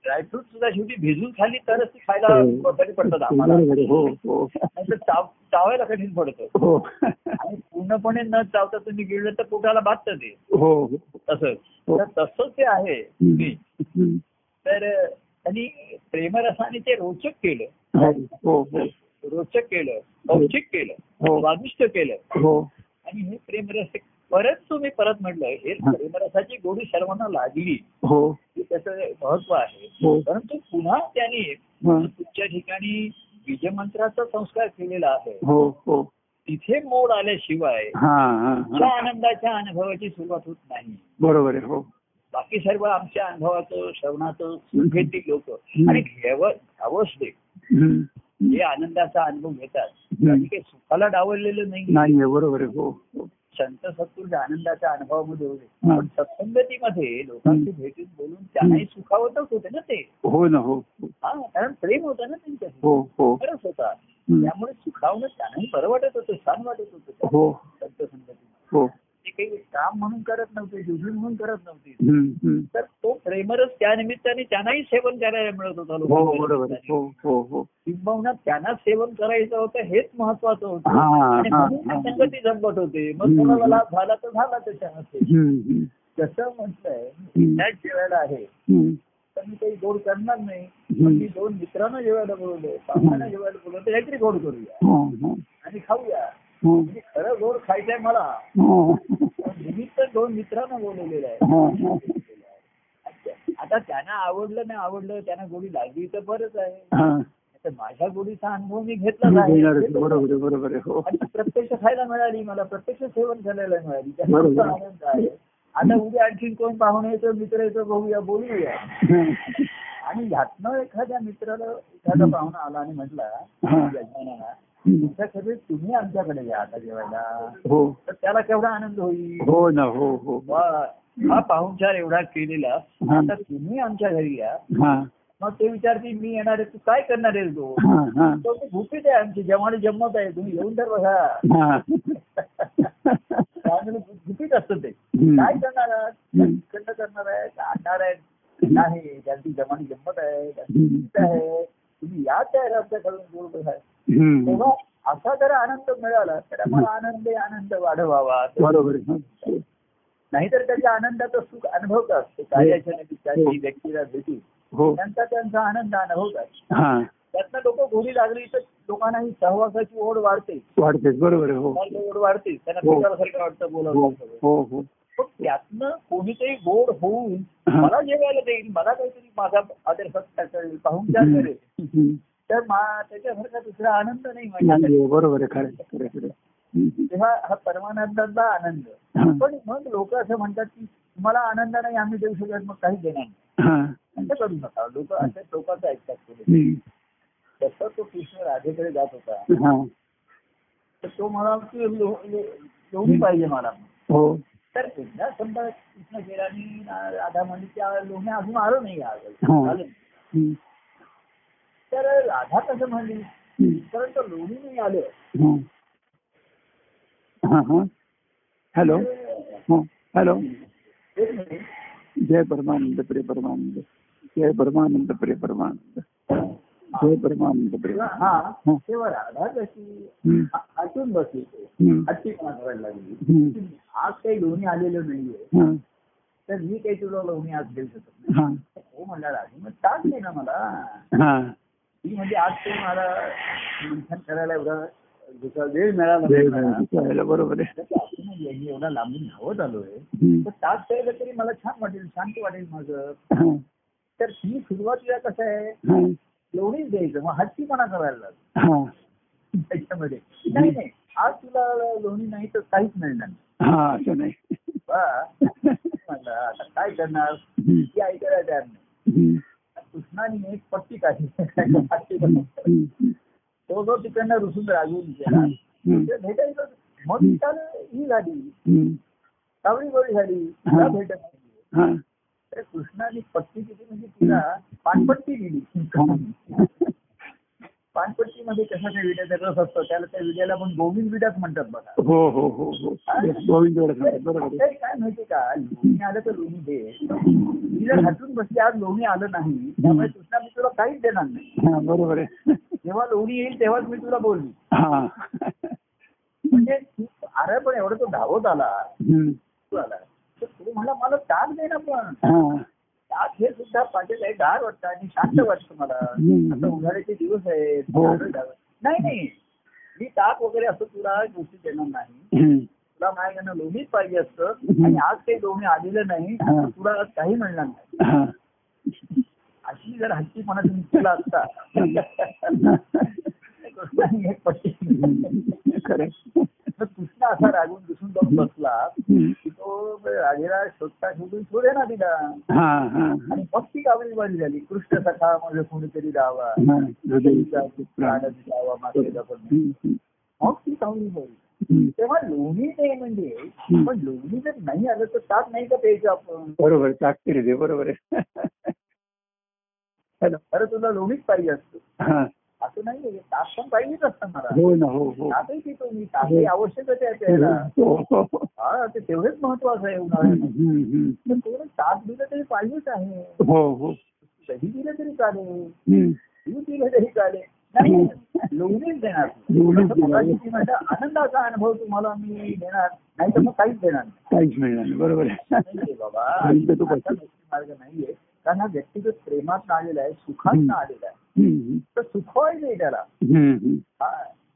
ड्रायफ्रूट सुद्धा शेवटी भिजून खाली तरच ती खायला हो. कठीण पडतात आम्हाला बरोबर आहे. हो हो नाहीतर चाव चावायला कठीण पडतं हो आणि पूर्णपणे न चावता तुम्ही गिळलं तर पोटाला बाधतं ते हो हो तसं हो. तर तसंच ते आहे हम्म. हम्म. तर त्यांनी प्रेमरसाने ते रोचक केलं हो हो हो रोचक केलं पौष्टिक हो. केलं स्वादिष्ट केलं हो आणि हे प्रेमरस परत तुम्ही परत म्हटलं हे हा. प्रेमरसाची गोडी सर्वांना लागली हो हे त्याचं महत्व आहे हो परंतु पुन्हा त्याने हा. तुमच्या ठिकाणी बीजमंत्राचा संस्कार केलेला आहे हो हो तिथे मोड आल्याशिवाय हा हा त्या हा आनंदाच्या अनुभवाची सुरुवात होत नाही बरोबर आहे हो बाकी सर्व आमच्या अनुभवाचं श्रवणाचं घेतील लोक आणि घ्यावं घ्यावंच ते हम्म. जे आनंदाचा अनुभव घेतात हम्म. आणि काही सुखाला डावललेलं नाही नाही आहे बरोबर आहे हो हो. संत सत्पुरुष आनंदाच्या अनुभवामध्ये होते हा. पण सत्संगतीमध्ये लोकांशी भेटून बोलून त्यांनाही सुखावतच होते ना ते हो ना हो हो. हा कारण प्रेम होतं ना त्यांच्या हो हो खरंच होता हम्म. त्यामुळे सुखावणं त्यांनाही बरं वाटत होतं छान वाटत होतं हो संत संगतीमध्ये हो ते काही काम म्हणून करत नव्हते जीवन म्हणून करत नव्हते हम्म, हम्म. तर तो प्रेमरच त्या निमित्ताने त्यांनाही सेवन करायला मिळत होता हो लोकांच्या बरोबर आहे निमित्ताने. हो हो हो किंबहुना त्यांना सेवन करायचं होतं हेच महत्वाचं होतं हा आणि हा म्हणून ते हा. संगती जमवत होते मग हम्म. कोणाला लाभ झाला तर झाला त्याच्यामध्ये हम्म, हम्म. जसं म्हटलंय हम्म. त्याच जेवायला आहे हम्म. तर मी काही गोड करणार नाही हम्म. पण मी दोन मित्रांना जेवायला बोलवले पाहुण्यांना जेवायला बोलवलं तर काहीतरी गोड करूया हा, हा, आणि खाऊया हा, म्हणजे खरं गोड खायचंय मला हा. पण निमित्त दोन मित्रांना बोलवलेलं आहे हा, हा. अच्छा. आता त्यांना आवडलं नाही आवडलं त्यांना गोडी लागली तर बरंच आहे हा. आता माझ्या गोडीचा अनुभव मी घेतलाच तुम्ही आहे घेणार आहे. बरोबर आहे बरोबर आहे हो आणि ती प्रत्यक्ष खायला मिळाली मला प्रत्यक्ष सेवन करायला मिळाली त्याचा बरोबर. खूप आनंद आहे आता उद्या आणखी कोण पाहुणे येतो मित्र येतो बघूया बोलूया हा. आणि ह्यातनं एखाद्या मित्राला एखादा पाहुणा आला आणि म्हटला हा. यजमानाला हम्म. तुमच्याकडे तुम्ही आमच्याकडे या आता जेवायला हो तर त्याला केवढा आनंद होईल हो ना हो हो वा, हा पाहुणचार एवढा केलेला हा. आता तुम्ही आमच्या घरी या हा मग ते विचारतील मी येणार आहे तू काय करणार आहे तो हा हा तो तर भुकीत आहे आमची जेवण जमत आहे तुम्ही येऊन तर बघा हा त्यामुळे भुकीत असतं ते हम्म. काय करणार आहात हम्म. खंड करणार आहे आणणार आहे नाही त्यांची जमानी जमत आहे त्यांची हम्म. भीत आहे तुम्ही या तयार आमच्याकडून बोलत आहे हम्म. तेव्हा असा जर आनंद मिळाला तर आम्हाला आनंद आनंद वाढवावा बरोबर आहे हा. नाहीतर त्याच्या आनंदाचं सुख अनुभवतात ते कार्याच्या निमित्ताने व्यक्तीला भेटी हो त्यांचा त्यांचा आनंद अनुभवतात हा त्यातनं लोक गोडी लागली तर लोकांना ही सहवासाची ओढ वाढते वाढतेच बरोबर आहे हो सहवासाची ओढ वाढते त्यांना हो. पिकासारखं वाटतं हो बोलावं हो हो पण त्यातनं कोणीतरी गोड होऊन हा. मला जेवायला देईल मला काहीतरी माझा आदर सत्कार करेल पाहुणचार हम्म. करेल हम्म. तर मा- त्याच्यासारखा दुसरा आनंद नाही माझ्यासाठी नाही आहे. बरोबर आहे खरं आहे. खरं आहे. खरं आहे. हम्म. तेव्हा हा परमानंदाचा आनंद हा. पण मग लोक असं म्हणतात की तुम्हाला आनंद नाही आम्ही देऊ शकत मग काही देणार नाही हा. असं करू नका लोक असे लोकांचं ऐकतात पुढे. हम्म. जसं तो कृष्ण राधेकडे जात होता हा. तर तो मला लोणी पाहिजे मला हो तर एकदा समजा कृष्ण गेला आणि रा- राधा म्हणजे त्या लोण्या अजून आलो नाही आज. हो. आलं नाही. हम्म. तर राधा कसं म्हणली हम्म. कारण तो लोणी नाही आलं हा. हा, हा. हॅलो हा. हॅलो एक मिनिट. जय परमानंद प्रिय परमानंद जय परमानंद प्रिय परमानंद जय परमानंद प्रिय तेव्हा हं. हा तेव्हा राधा कशी हम्म. आ- आटून बसली ते हम्म. हट्टी मागवायला लागली हम्म. आज काही लोणी आलेलं नाहीये हा. तर मी काही तुला लोणी आज देऊ शकत नाही हा. हो म्हणला राजू मग तास दे ना मला हा. ती म्हणजे आज ते मला मंथन करायला एवढा दुसरा वेळ मिळाला जय नाही मला. परमानंद. बरोबर आहे तर ते असं नाहीये, मी एवढा लांबून धावत आलोय हम्म. तर तास द्यायला तरी मला छान वाटेल शांत वाटेल माझं हा. तर ही सुरुवातीला कसं आहे हा, एवढीच द्यायचं मग हट्टीपणा करायला लागला हा, त्याच्यामध्ये नाही नाही आज तुला लोणी नाही तर काहीच मिळणार नाही. हा, असं नाही बा, म्हणलं, आता काय करणार हम्म, ती ऐकायला तयार नाही हम्म, कृष्णाने एक पट्टी काढली हट्टीपणा. [LAUGHS] हम्म, हम्म, तो जो तिकडनं रुसून रागून गेला हम्म, हम्म, ते भेटायचं मग काल ही झाली हम्म, सावळीगोळी झाली हा. तिला भेटत नाही हा, तर कृष्णाने पट्टी दिली म्हणजे तिला पानपट्टी दिली हा, पानपट्टीमध्ये कसं ते विड्याचा रस असतो त्याला त्या विड्याला पण गोविंद विड्याच म्हणतात बघा हो हो हो हो Yes, गोविंद एवढं तर सांगतात, बरोबर आहे. तरी काय माहिती का लोणी आलं तर लोणी दे मी जर हटून बसली आज लोणी आलं नाही त्यामुळे कृष्णा मी तुला काहीच देणार नाही हा बरोबर आहे जेव्हा लोणी येईल तेव्हाच मी तुला बोलली हा म्हणजे तू- अरे पण एवढं तो धावत आला हम्म, तू आला तर तू म्हणला मला ताक दे ना पण हा, ताक हे सुद्धा पाटील आहे गार वाटतं आणि शांत वाटतं मला आता हम्म, उन्हाळ्याचे दिवस आहेत हो. झाडं लावा. नाही नाही मी ताक वगैरे असं तुला गोष्टी देणार नाही हम्म, तुला माझ्याकडनं लोणीच पाहिजे असतं हम्म. आणि आज काही लोणी आलेलं नाही हा. तुला आज काही मिळणार नाही हा. अशी जर हत्तीपणा तुम्ही केला असता कृष्णाने एक पट्टी खरं आहे. तर कृष्ण असा रागून दिसून जाऊन बसला हम्म. की तो राजेला शोधता शोधून शोधे ना तिला हा, हा, हा. आणि मग ती कावळीवाली झाली कृष्ण सखा माझं कोणीतरी रावा हा, हृदय, प्राण. प्राणाची रावा मातेला पण नाही. हम्म, हम्म, मग ती कावळीवाली हम्म. तेव्हा लोणी नाही म्हणजे हम्म. पण लोणी जर नाही आलं तर ताक नाही का प्यायचं आपण बरोबर ताकदीर दे बरोबर आहे हॅलो खरं तुला लोणीच पाहिजे असतं हा असं नाही ताक पण पाहिजेच असतं मला हो ना हो हो ताकही पितो मी ताकही आवश्यकच आहे त्याला हो, हो, हो. हा ते तेवढंच महत्वाचं आहे हम्म, उन्हाळ्यात हम्म, हम्म. पण तेवढं ताक दिलं तरी पाहिजेच आहे हो हो दही दिलं तरी चालेल हम्म. दूध दिलं तरी चालेल नाही लोणीच देणार लोणीच असं देणार. मगाशी ती म्हणलं, आनंदाचा अनुभव तुम्हाला मी देणार नाही तर मग काहीच देणार नाही. काहीच मिळणार नाही बरोबर आहे नाहीये बाबा आणि तो तो असा बसतो. मार्ग नाहीये कारण हा व्यक्तिगत प्रेमात आलेला आहे सुखात आलेला आहे हम्म, तर सुखवायचं आहे त्याला हम्म, हम्म, हा.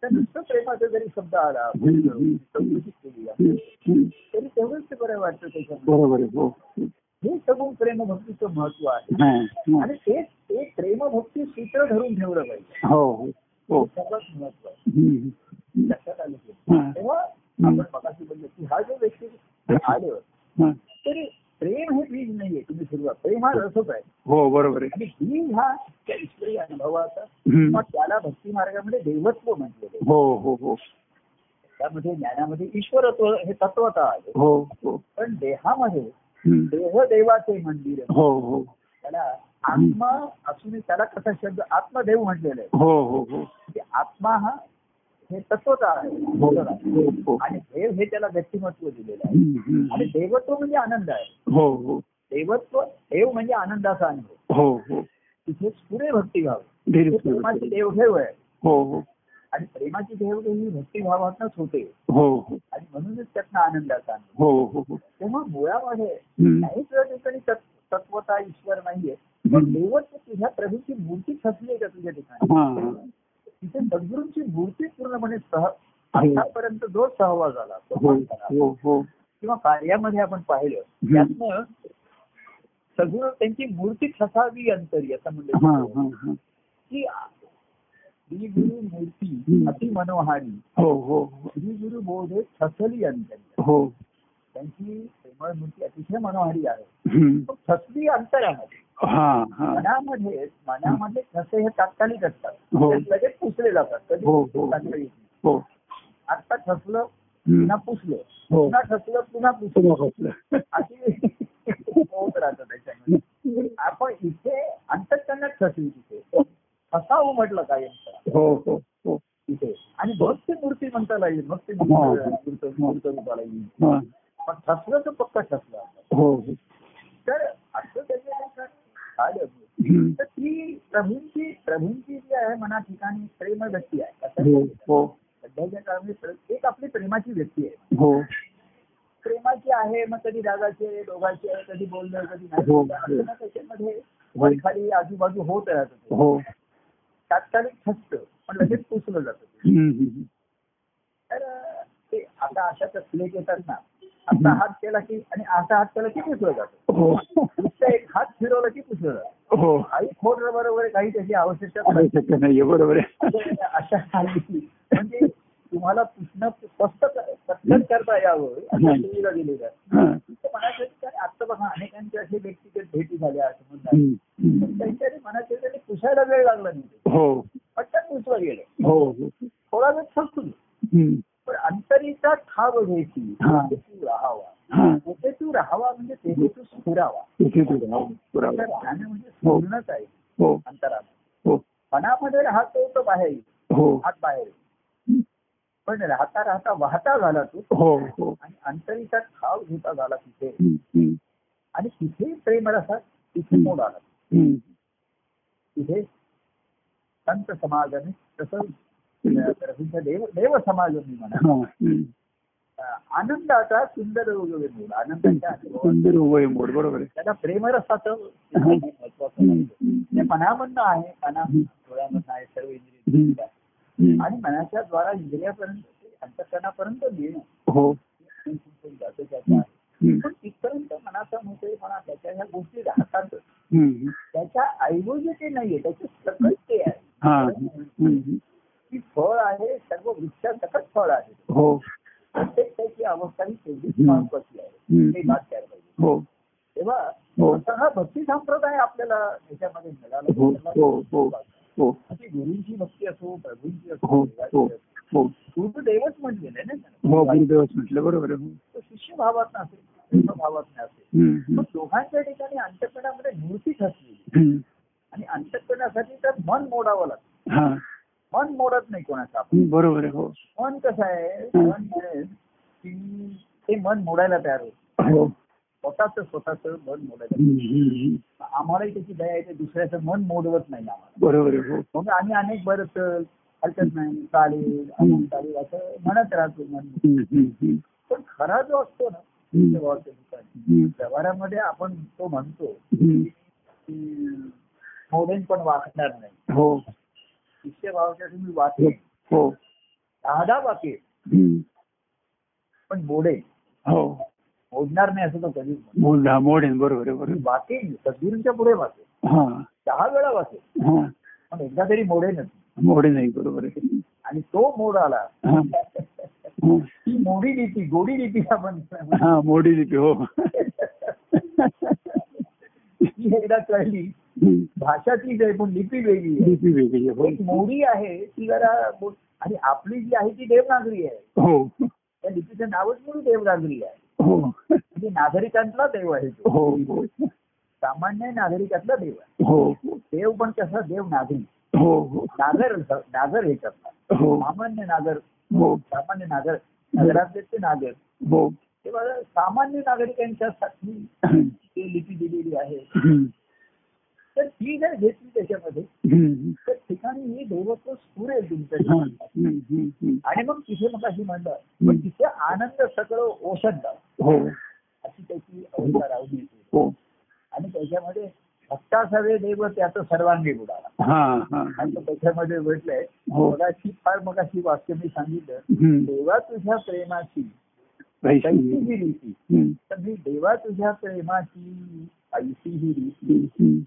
तर नुसतं प्रेमाचा जरी शब्द आला हम्म. चौकशी केली आपण, हम्म, हम्म. तरी तेवढंच ते बरं वाटतं त्याच्यामध्ये बरोबर आहे हो हे सगळं प्रेमभक्तीचं महत्व आहे हा, हा. आणि तेच ते प्रेमभक्ती सूत्र धरून ठेवलं पाहिजे हो हो हो सर्वात महत्व आहे हम्म, लक्षात आलं की हा, तेव्हा आपण मगाशी बोललो की हा जो व्यक्ती आलं हा. तरी प्रेम हे बीज नाहीये तुम्ही सुरुवात प्रेम हा रसच आहे हो बरोबर आहे आणि बीज हा त्या ईश्वरी अनुभवाचा हम्म. मग त्याला भक्ती मार्गामध्ये दैवत्व म्हटलेलं आहे हो हो हो त्यामध्ये ज्ञानामध्ये ईश्वरत्व हे तत्वता आहे हो हो पण देहामध्ये हम्म. देह देवाचे मंदिर आहे. हो हो त्याला आत्मा असून त्याला कसा शब्द आत्मदेव म्हटलेला आहे हो हो हो म्हणजे आत्मा हा हे तत्वता आहे हो ईश्वर आहे. हो आणि देव हे त्याला व्यक्तिमत्व दिलेलं आहे हम्म, आणि हम्म. देवत्व म्हणजे आनंद आहे हो हो देवत्व देव म्हणजे आनंदाचा अनुभव हो हो तिथे पुरे भक्तिभाव धीरे हे सुरू प्रेमाची करू. देवघेव आहे हो हो आणि प्रेमाची देवघेव ही भक्तिभावातच होते हो हो आणि म्हणूनच त्यातनं आनंदाचा अनुभव हो हो हो तेव्हा मुळामध्ये हम्म. नाहीच या ठिकाणी तत्- तत्वता ईश्वर नाहीये पण हम्म. देवत्व तुझ्या प्रभूची मूर्ती खचली आहे का तुझ्या ठिकाणी हा तिथे सद्गुरूंची मूर्ती पूर्णपणे सह हो. आतापर्यंत जो सहवास झाला तो हो झाला. हो हो किंवा कार्यामध्ये आपण पाहिलं हम्म. त्यातनं सद्गुरू त्यांची मूर्ती ठसावी अंतरी असं हा म्हणलं हा हा की श्री गुरु मूर्ती हम्म. अति मनोहारी हो हो श्री गुरु बोधे ठसली अंतरी हो त्यांची प्रेमळ मूर्ती अतिशय मनोहारी आहे हम्म. पण ठसली अंतरामध्ये हा हा मनामध्ये मनामध्ये ठसे हे तात्कालिक असतात हो. ते लगेच पुसले जातात कधी हो, हो. तात्काळ येत नाही. हो आता ठसलं हम्म. पुन्हा पुसलं हो पुन्हा ठसलं पुन्हा पुसलं पुन्हा बसलं. अशी होत राहतं त्याच्यामध्ये आपण इथे अंतकरणात ठसली तिथे ठसावं म्हटलं काय हो हो हो तिथे आणि भक्ती मूर्ती म्हणता येईल भक्ती हो. मूर्ती मूर्त रूपाला येईल हा. पण ठसलं तर पक्का ठसलं आपण. हो हो तर असं त्याच्या आलं हम्म. तर ती प्रभूंची प्रभूंची जी आहे मना ठिकाणी प्रेम व्यक्ती आहे आता हो हो सध्याच्या काळामध्ये प्र- एक आपली प्रेमाची व्यक्ती आहे हो प्रेमाची आहे मग कधी रागाची आहे दोघाची आहे कधी बोलणं कधी नाही हो. बोलणं. असं ना त्याच्यामध्ये वर खाली आजूबाजू होत राहत होते हो तात्कालिक ठसतं पण लगेच पुसलं जातं ते. हम्म, हम्म, तर अं, ते आता अशा तसलेख येतात ना असा हात केला की आणि असा हात केला की पुसला जातो हो नुसतं एक हात फिरवला की पुसला जातो हो काही खोड रबर वगैरे काही त्याची आवश्यकता नाही. आवश्यक नाही हे बरोबर आहे अशा हाली म्हणजे तुम्हाला पुसणं स्वस्त पटकन करता यावं हम्म. सुविधा दिलेल्या आहेत. हा. तर म्हणायचं की काय आता बघा अनेकांचे असे व्यक्तिगत भेटी झाल्या असं म्हणतात हम्म. हम्म. त्यांच्या म्हणायचे त्यांनी पुसायला वेळ लागला नाही हो पटकन पुसला गेलं हो हो. थोडा वेळ फसतून हम्म. पण अंतरीचा ठाव घ्यायची हा. तिथे तू राहावा हा. तिथे तू राहावा म्हणजे तेथे तू स्थिरावा तिथे तू राहा. तर बरोबर. ध्यान म्हणजे स्मरणच आहे हो अंतरात हो मनामध्ये राहतो तो बाहेर येईल, हो आत बाहेर येईल. पण राहता राहता वाहता झाला तू हो हो आणि अंतरीचा ठाव घेता झाला तिथे हम्म. हम्म. आणि तिथे प्रेमरसात तिथे मोड आला हम्म. तिथे संत समाजाने तसं प्रसिद्ध देव देव समाजाने म्हणा हा. हम्म. आनंदाचा सुंदर वगैरे मोड आनंदाच्या अनुभवाचा सुंदर उभय मोड बरोबर आहे त्याला प्रेमरसाचं हं. महत्वाचं हम्म. आहे. ते म्हणजे मनामधनं आहे मना डोळ्यामधनं आहे सर्व इंद्रिय हम्म. आणि मनाच्या द्वारा इंद्रियापर्यंत ते अंतकरणापर्यंत घेणं हो जातो त्याचा हम्म. पण तिथपर्यंत मनाचा मोकळेपणा त्याच्या ह्या गोष्टी राहतात हम्म. त्याच्या ऐवजी ते नाहीये त्याचे सकट ते आहे हा हम्म. की फळ आहे सर्व वृक्षासकट फळ आहे हो प्रत्येक त्याची अवस्था ही तेवढीच हं. महत्वाची आहे हं. ते बात करायला पाहिजे हो तेव्हा हो. असा हा भक्ती संप्रदाय आपल्याला त्याच्यामध्ये हो हो हो मिळाला हो अशी गुरुंची भक्ती असो प्रभूंची हो असो हो देवाची असो. हो गुरुदेवच म्हटलेलं आहे हो ना गुरुदेवच म्हटलं बरोबर आहे हो. तो शिष्यभावात असेल प्रेमभावात असेल हम्म. पण हम्म. दोघांच्या ठिकाणी अंतकरणामध्ये निवृत्ती ठसली हम्म. आणि अंतकरणासाठी तर मन मोडावं लागतं हा मन मोडत नाही कोणाचं आपण हम्म. बरोबर आहे हो मन कसं आहे मन म्हणेल की ते मन मोडायला तयार होत हो स्वतःच स्वतःच मन मोडायला हम्म. हम्म. आम्हालाही त्याची दया येते दुसऱ्याचं मन मोडवत नाही आम्हाला बरोबर आहे हो मग आम्ही अनेक बरं चल, हरकत नाही चालेल अमुक चालेल असं म्हणत राहतो मन हम्म. हम्म. पण खरा जो असतो ना हम्म. व्यवहाराच्या ठिकाणी हम्म. व्यवहारामध्ये आपण तो म्हणतो हम्म. की मोडेन पण वाकणार नाही हो शिष्य भावाच्या मी वाचेन हो दहादा वाकेन हम्म. पण मोडेन हो मोडणार नाही असं तो कधीच म्हणतो. मोड हा मोड आहे बरोबर आहे मी बरोबर वाचेन सद्गुरूंच्या पुढे वाचेन हा दहा वेळा वाचेन हा पण एकदा तरी मोडेनच मोड नाही बरोबर आहे आणि तो मोड आला हा. हा. ती मोडी नीती गोडी नीती आपण हा मोडी लिपी हो ती एकदा कळली हम्म. भाषा तीच आहे पण लिपी वेगळी आहे लिपी वेगळी आहे, एक हो मोडी आहे ती जरा मो- आणि आपली जी आहे ती देवनागरी आहे हो त्या लिपीचं नावच म्हणून देवनागरी आहे हो म्हणजे नागरिकांतला देव आहे तो हो हो सामान्य नागरिकातला देव आहे हो देव पण कसा देव नागरिक हो नागर नागर हे करतात हो सामान्य नागर हो सामान्य नागर नगरातले ते नागर हो तेव्हा सामान्य नागरिकांच्या साठी ते लिपी दिलेली आहे हम्म. तर ती जर घेतली त्याच्यामध्ये हम्म. तर ठिकाणी हे देवत्व स्फुर आहे हा. तुमच्या हम्म. हम्म. हम्म. आणि मग तिथे मग अशी म्हणलं पण तिथे आनंद सगळं ओसंडला हो अशी त्याची अवस्था राहू नये हो आणि त्याच्यामध्ये भक्ता सवे देव त्याचं सर्वांगी बुडाला हा हा आणि तो त्याच्यामध्ये म्हटलंय हो मगाशी फार मगाशी वाक्य मी सांगितलं हम्म. देवा तुझ्या प्रेमाची पैसे. कैसी ही रीती हम्म. तर मी देवा तुझ्या प्रेमाची ऐशी ही रीती हम्म. हम्म.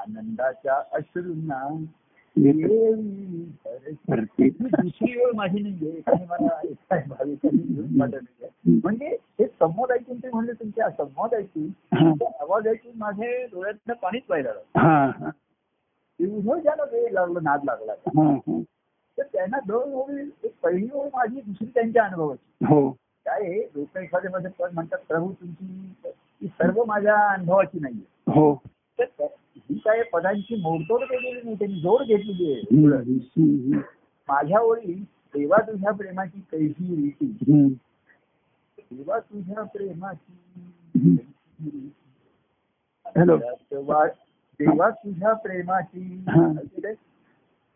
आनंदाच्या अश्रूंना घेतलं. देवी धरती. भरती. ही दुसरी वेळ माझी नाहीये आणि मला एकटा भाविकांनी घेऊन माझं नाहीये. म्हणजे हे संवाद ऐकून ते म्हणले तुमच्या संवाद ऐकून हा. त्या आवाज ऐकून माझे डोळ्यातनं पाणीच पाहिलं लागलं हा हा एवढं ज्याला वेळ लागला नाद लागला हा हा. तर त्यांना दोन ओळी एक पहिली ओळ माझी दुसरी त्यांच्या अनुभवाची हो काय आहे, लोक एखाद्यामध्ये पण म्हणतात प्रभू तुमची ही सर्व माझ्या अनुभवाची नाहीये हो तर त्या- ही काय पदांची मोडतोड केलेली नाही त्यांनी जोड घेतलेली आहे हम्म. हम्म. माझ्या ओळी देवा तुझ्या प्रेमाची कैसी रीती हम्म. देवा तुझ्या प्रेमाची हम्म. हॅलो. देवा देवा तुझ्या प्रेमाची हा.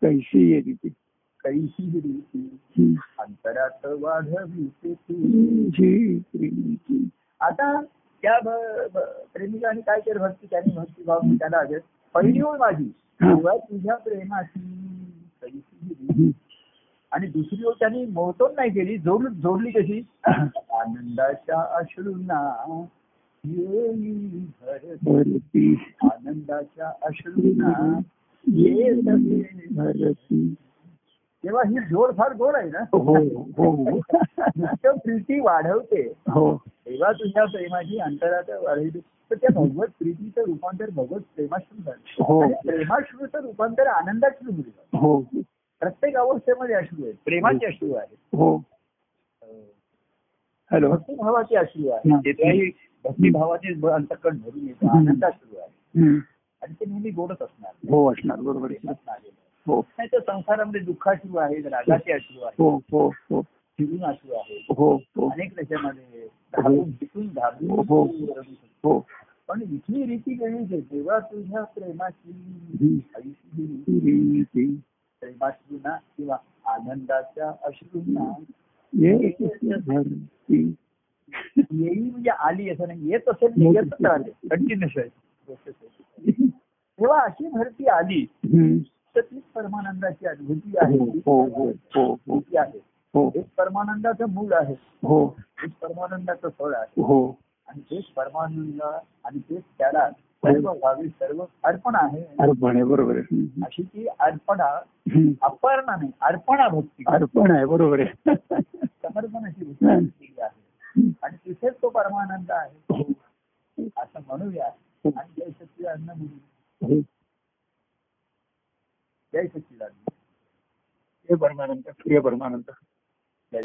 कैसी आहे तिथे कैशी रीती हम्म. अंतरात वाढवी ते तू तुझी प्रेमाची. आता त्या भ- भ- प्रेमिकाने काय केलं भक्ती त्याने भक्तीभाव त्याला आले पहिली ओळ माझी हा. देवा तुझ्या प्रेमाची कैसी रीती. हम्म. आणि दुसरी ओळ त्यांनी मोहतोड नाही केली जोड जोडली कशी आनंदाच्या अश्रूंना येई भरती भरती आनंदाच्या अश्रूंना येत असे. भरती तेव्हा ही जोड फार गोड आहे ना हो हो हो. तो प्रीती वाढवते हो तेव्हा तुझ्या प्रेमाची अंतरात वाढली तर त्या भगवत प्रीतीचं रूपांतर भगवत प्रेमाश्रू हो. झालं आणि प्रेमाश्रूचं रूपांतर आनंदाश्रू झालं हो प्रत्येक अवस्थेमध्ये अश्रू आहेत प्रेमाचे अश्रू आहेत हो हॅलो भक्तिभावाचे अश्रू हं. आहेत तेव्हाही भक्तिभावाचे ब- अंतकण भरून येतं हं. आनंदाश्रू आहे हम्म. आणि ते नेहमी गोडच असणार हो असणार बरोबर आहे. प्रेमातनं आलेलं. हो नाही तर संसारामध्ये दुःखाश्रू आहेत रागाचे अश्रू आहेत हो हो हो फिरून अश्रू आहेत हो हो अनेक त्याच्यामध्ये घालून भिकून हो, हो. घालून हो पण इथली रीती वेगळीच आहे तेव्हा तुझ्या प्रेमाची हं. ऐशी प्रीती प्रेमाश्रूंना किंवा आनंदाच्या अश्रूंना येत असे भरती येई म्हणजे आली असं नाही येत असेल ते येतच राहते कंटिन्युअस आहे Process आहे. तेव्हा अशी भरती आली हम्म. तर ती परमानंदाची अनुभूती हो आहे हो हो हो हो भीती आहे हो एक परमानंदाचं मूळ आहे हो एक परमानंदाचं फळ आहे हो आणि तेच परमानंद आणि तेच त्याला सर्व भावी सर्व अर्पण आहे अर्पण आहे बरोबर आहे हम्म. अशी ती अर्पणा हम्म. अपर्णा नाही अर्पणा भक्ती अर्पण आहे बरोबर आहे समर्पणाची भक्ती केलेली आहे आणि तिथेच तो परमानंद आहे हो असं म्हणूया आणि जय सच्चिदानंद म्हणू हो जय सच्चिदानंद प्रिय परमानंद प्रिय परमानंद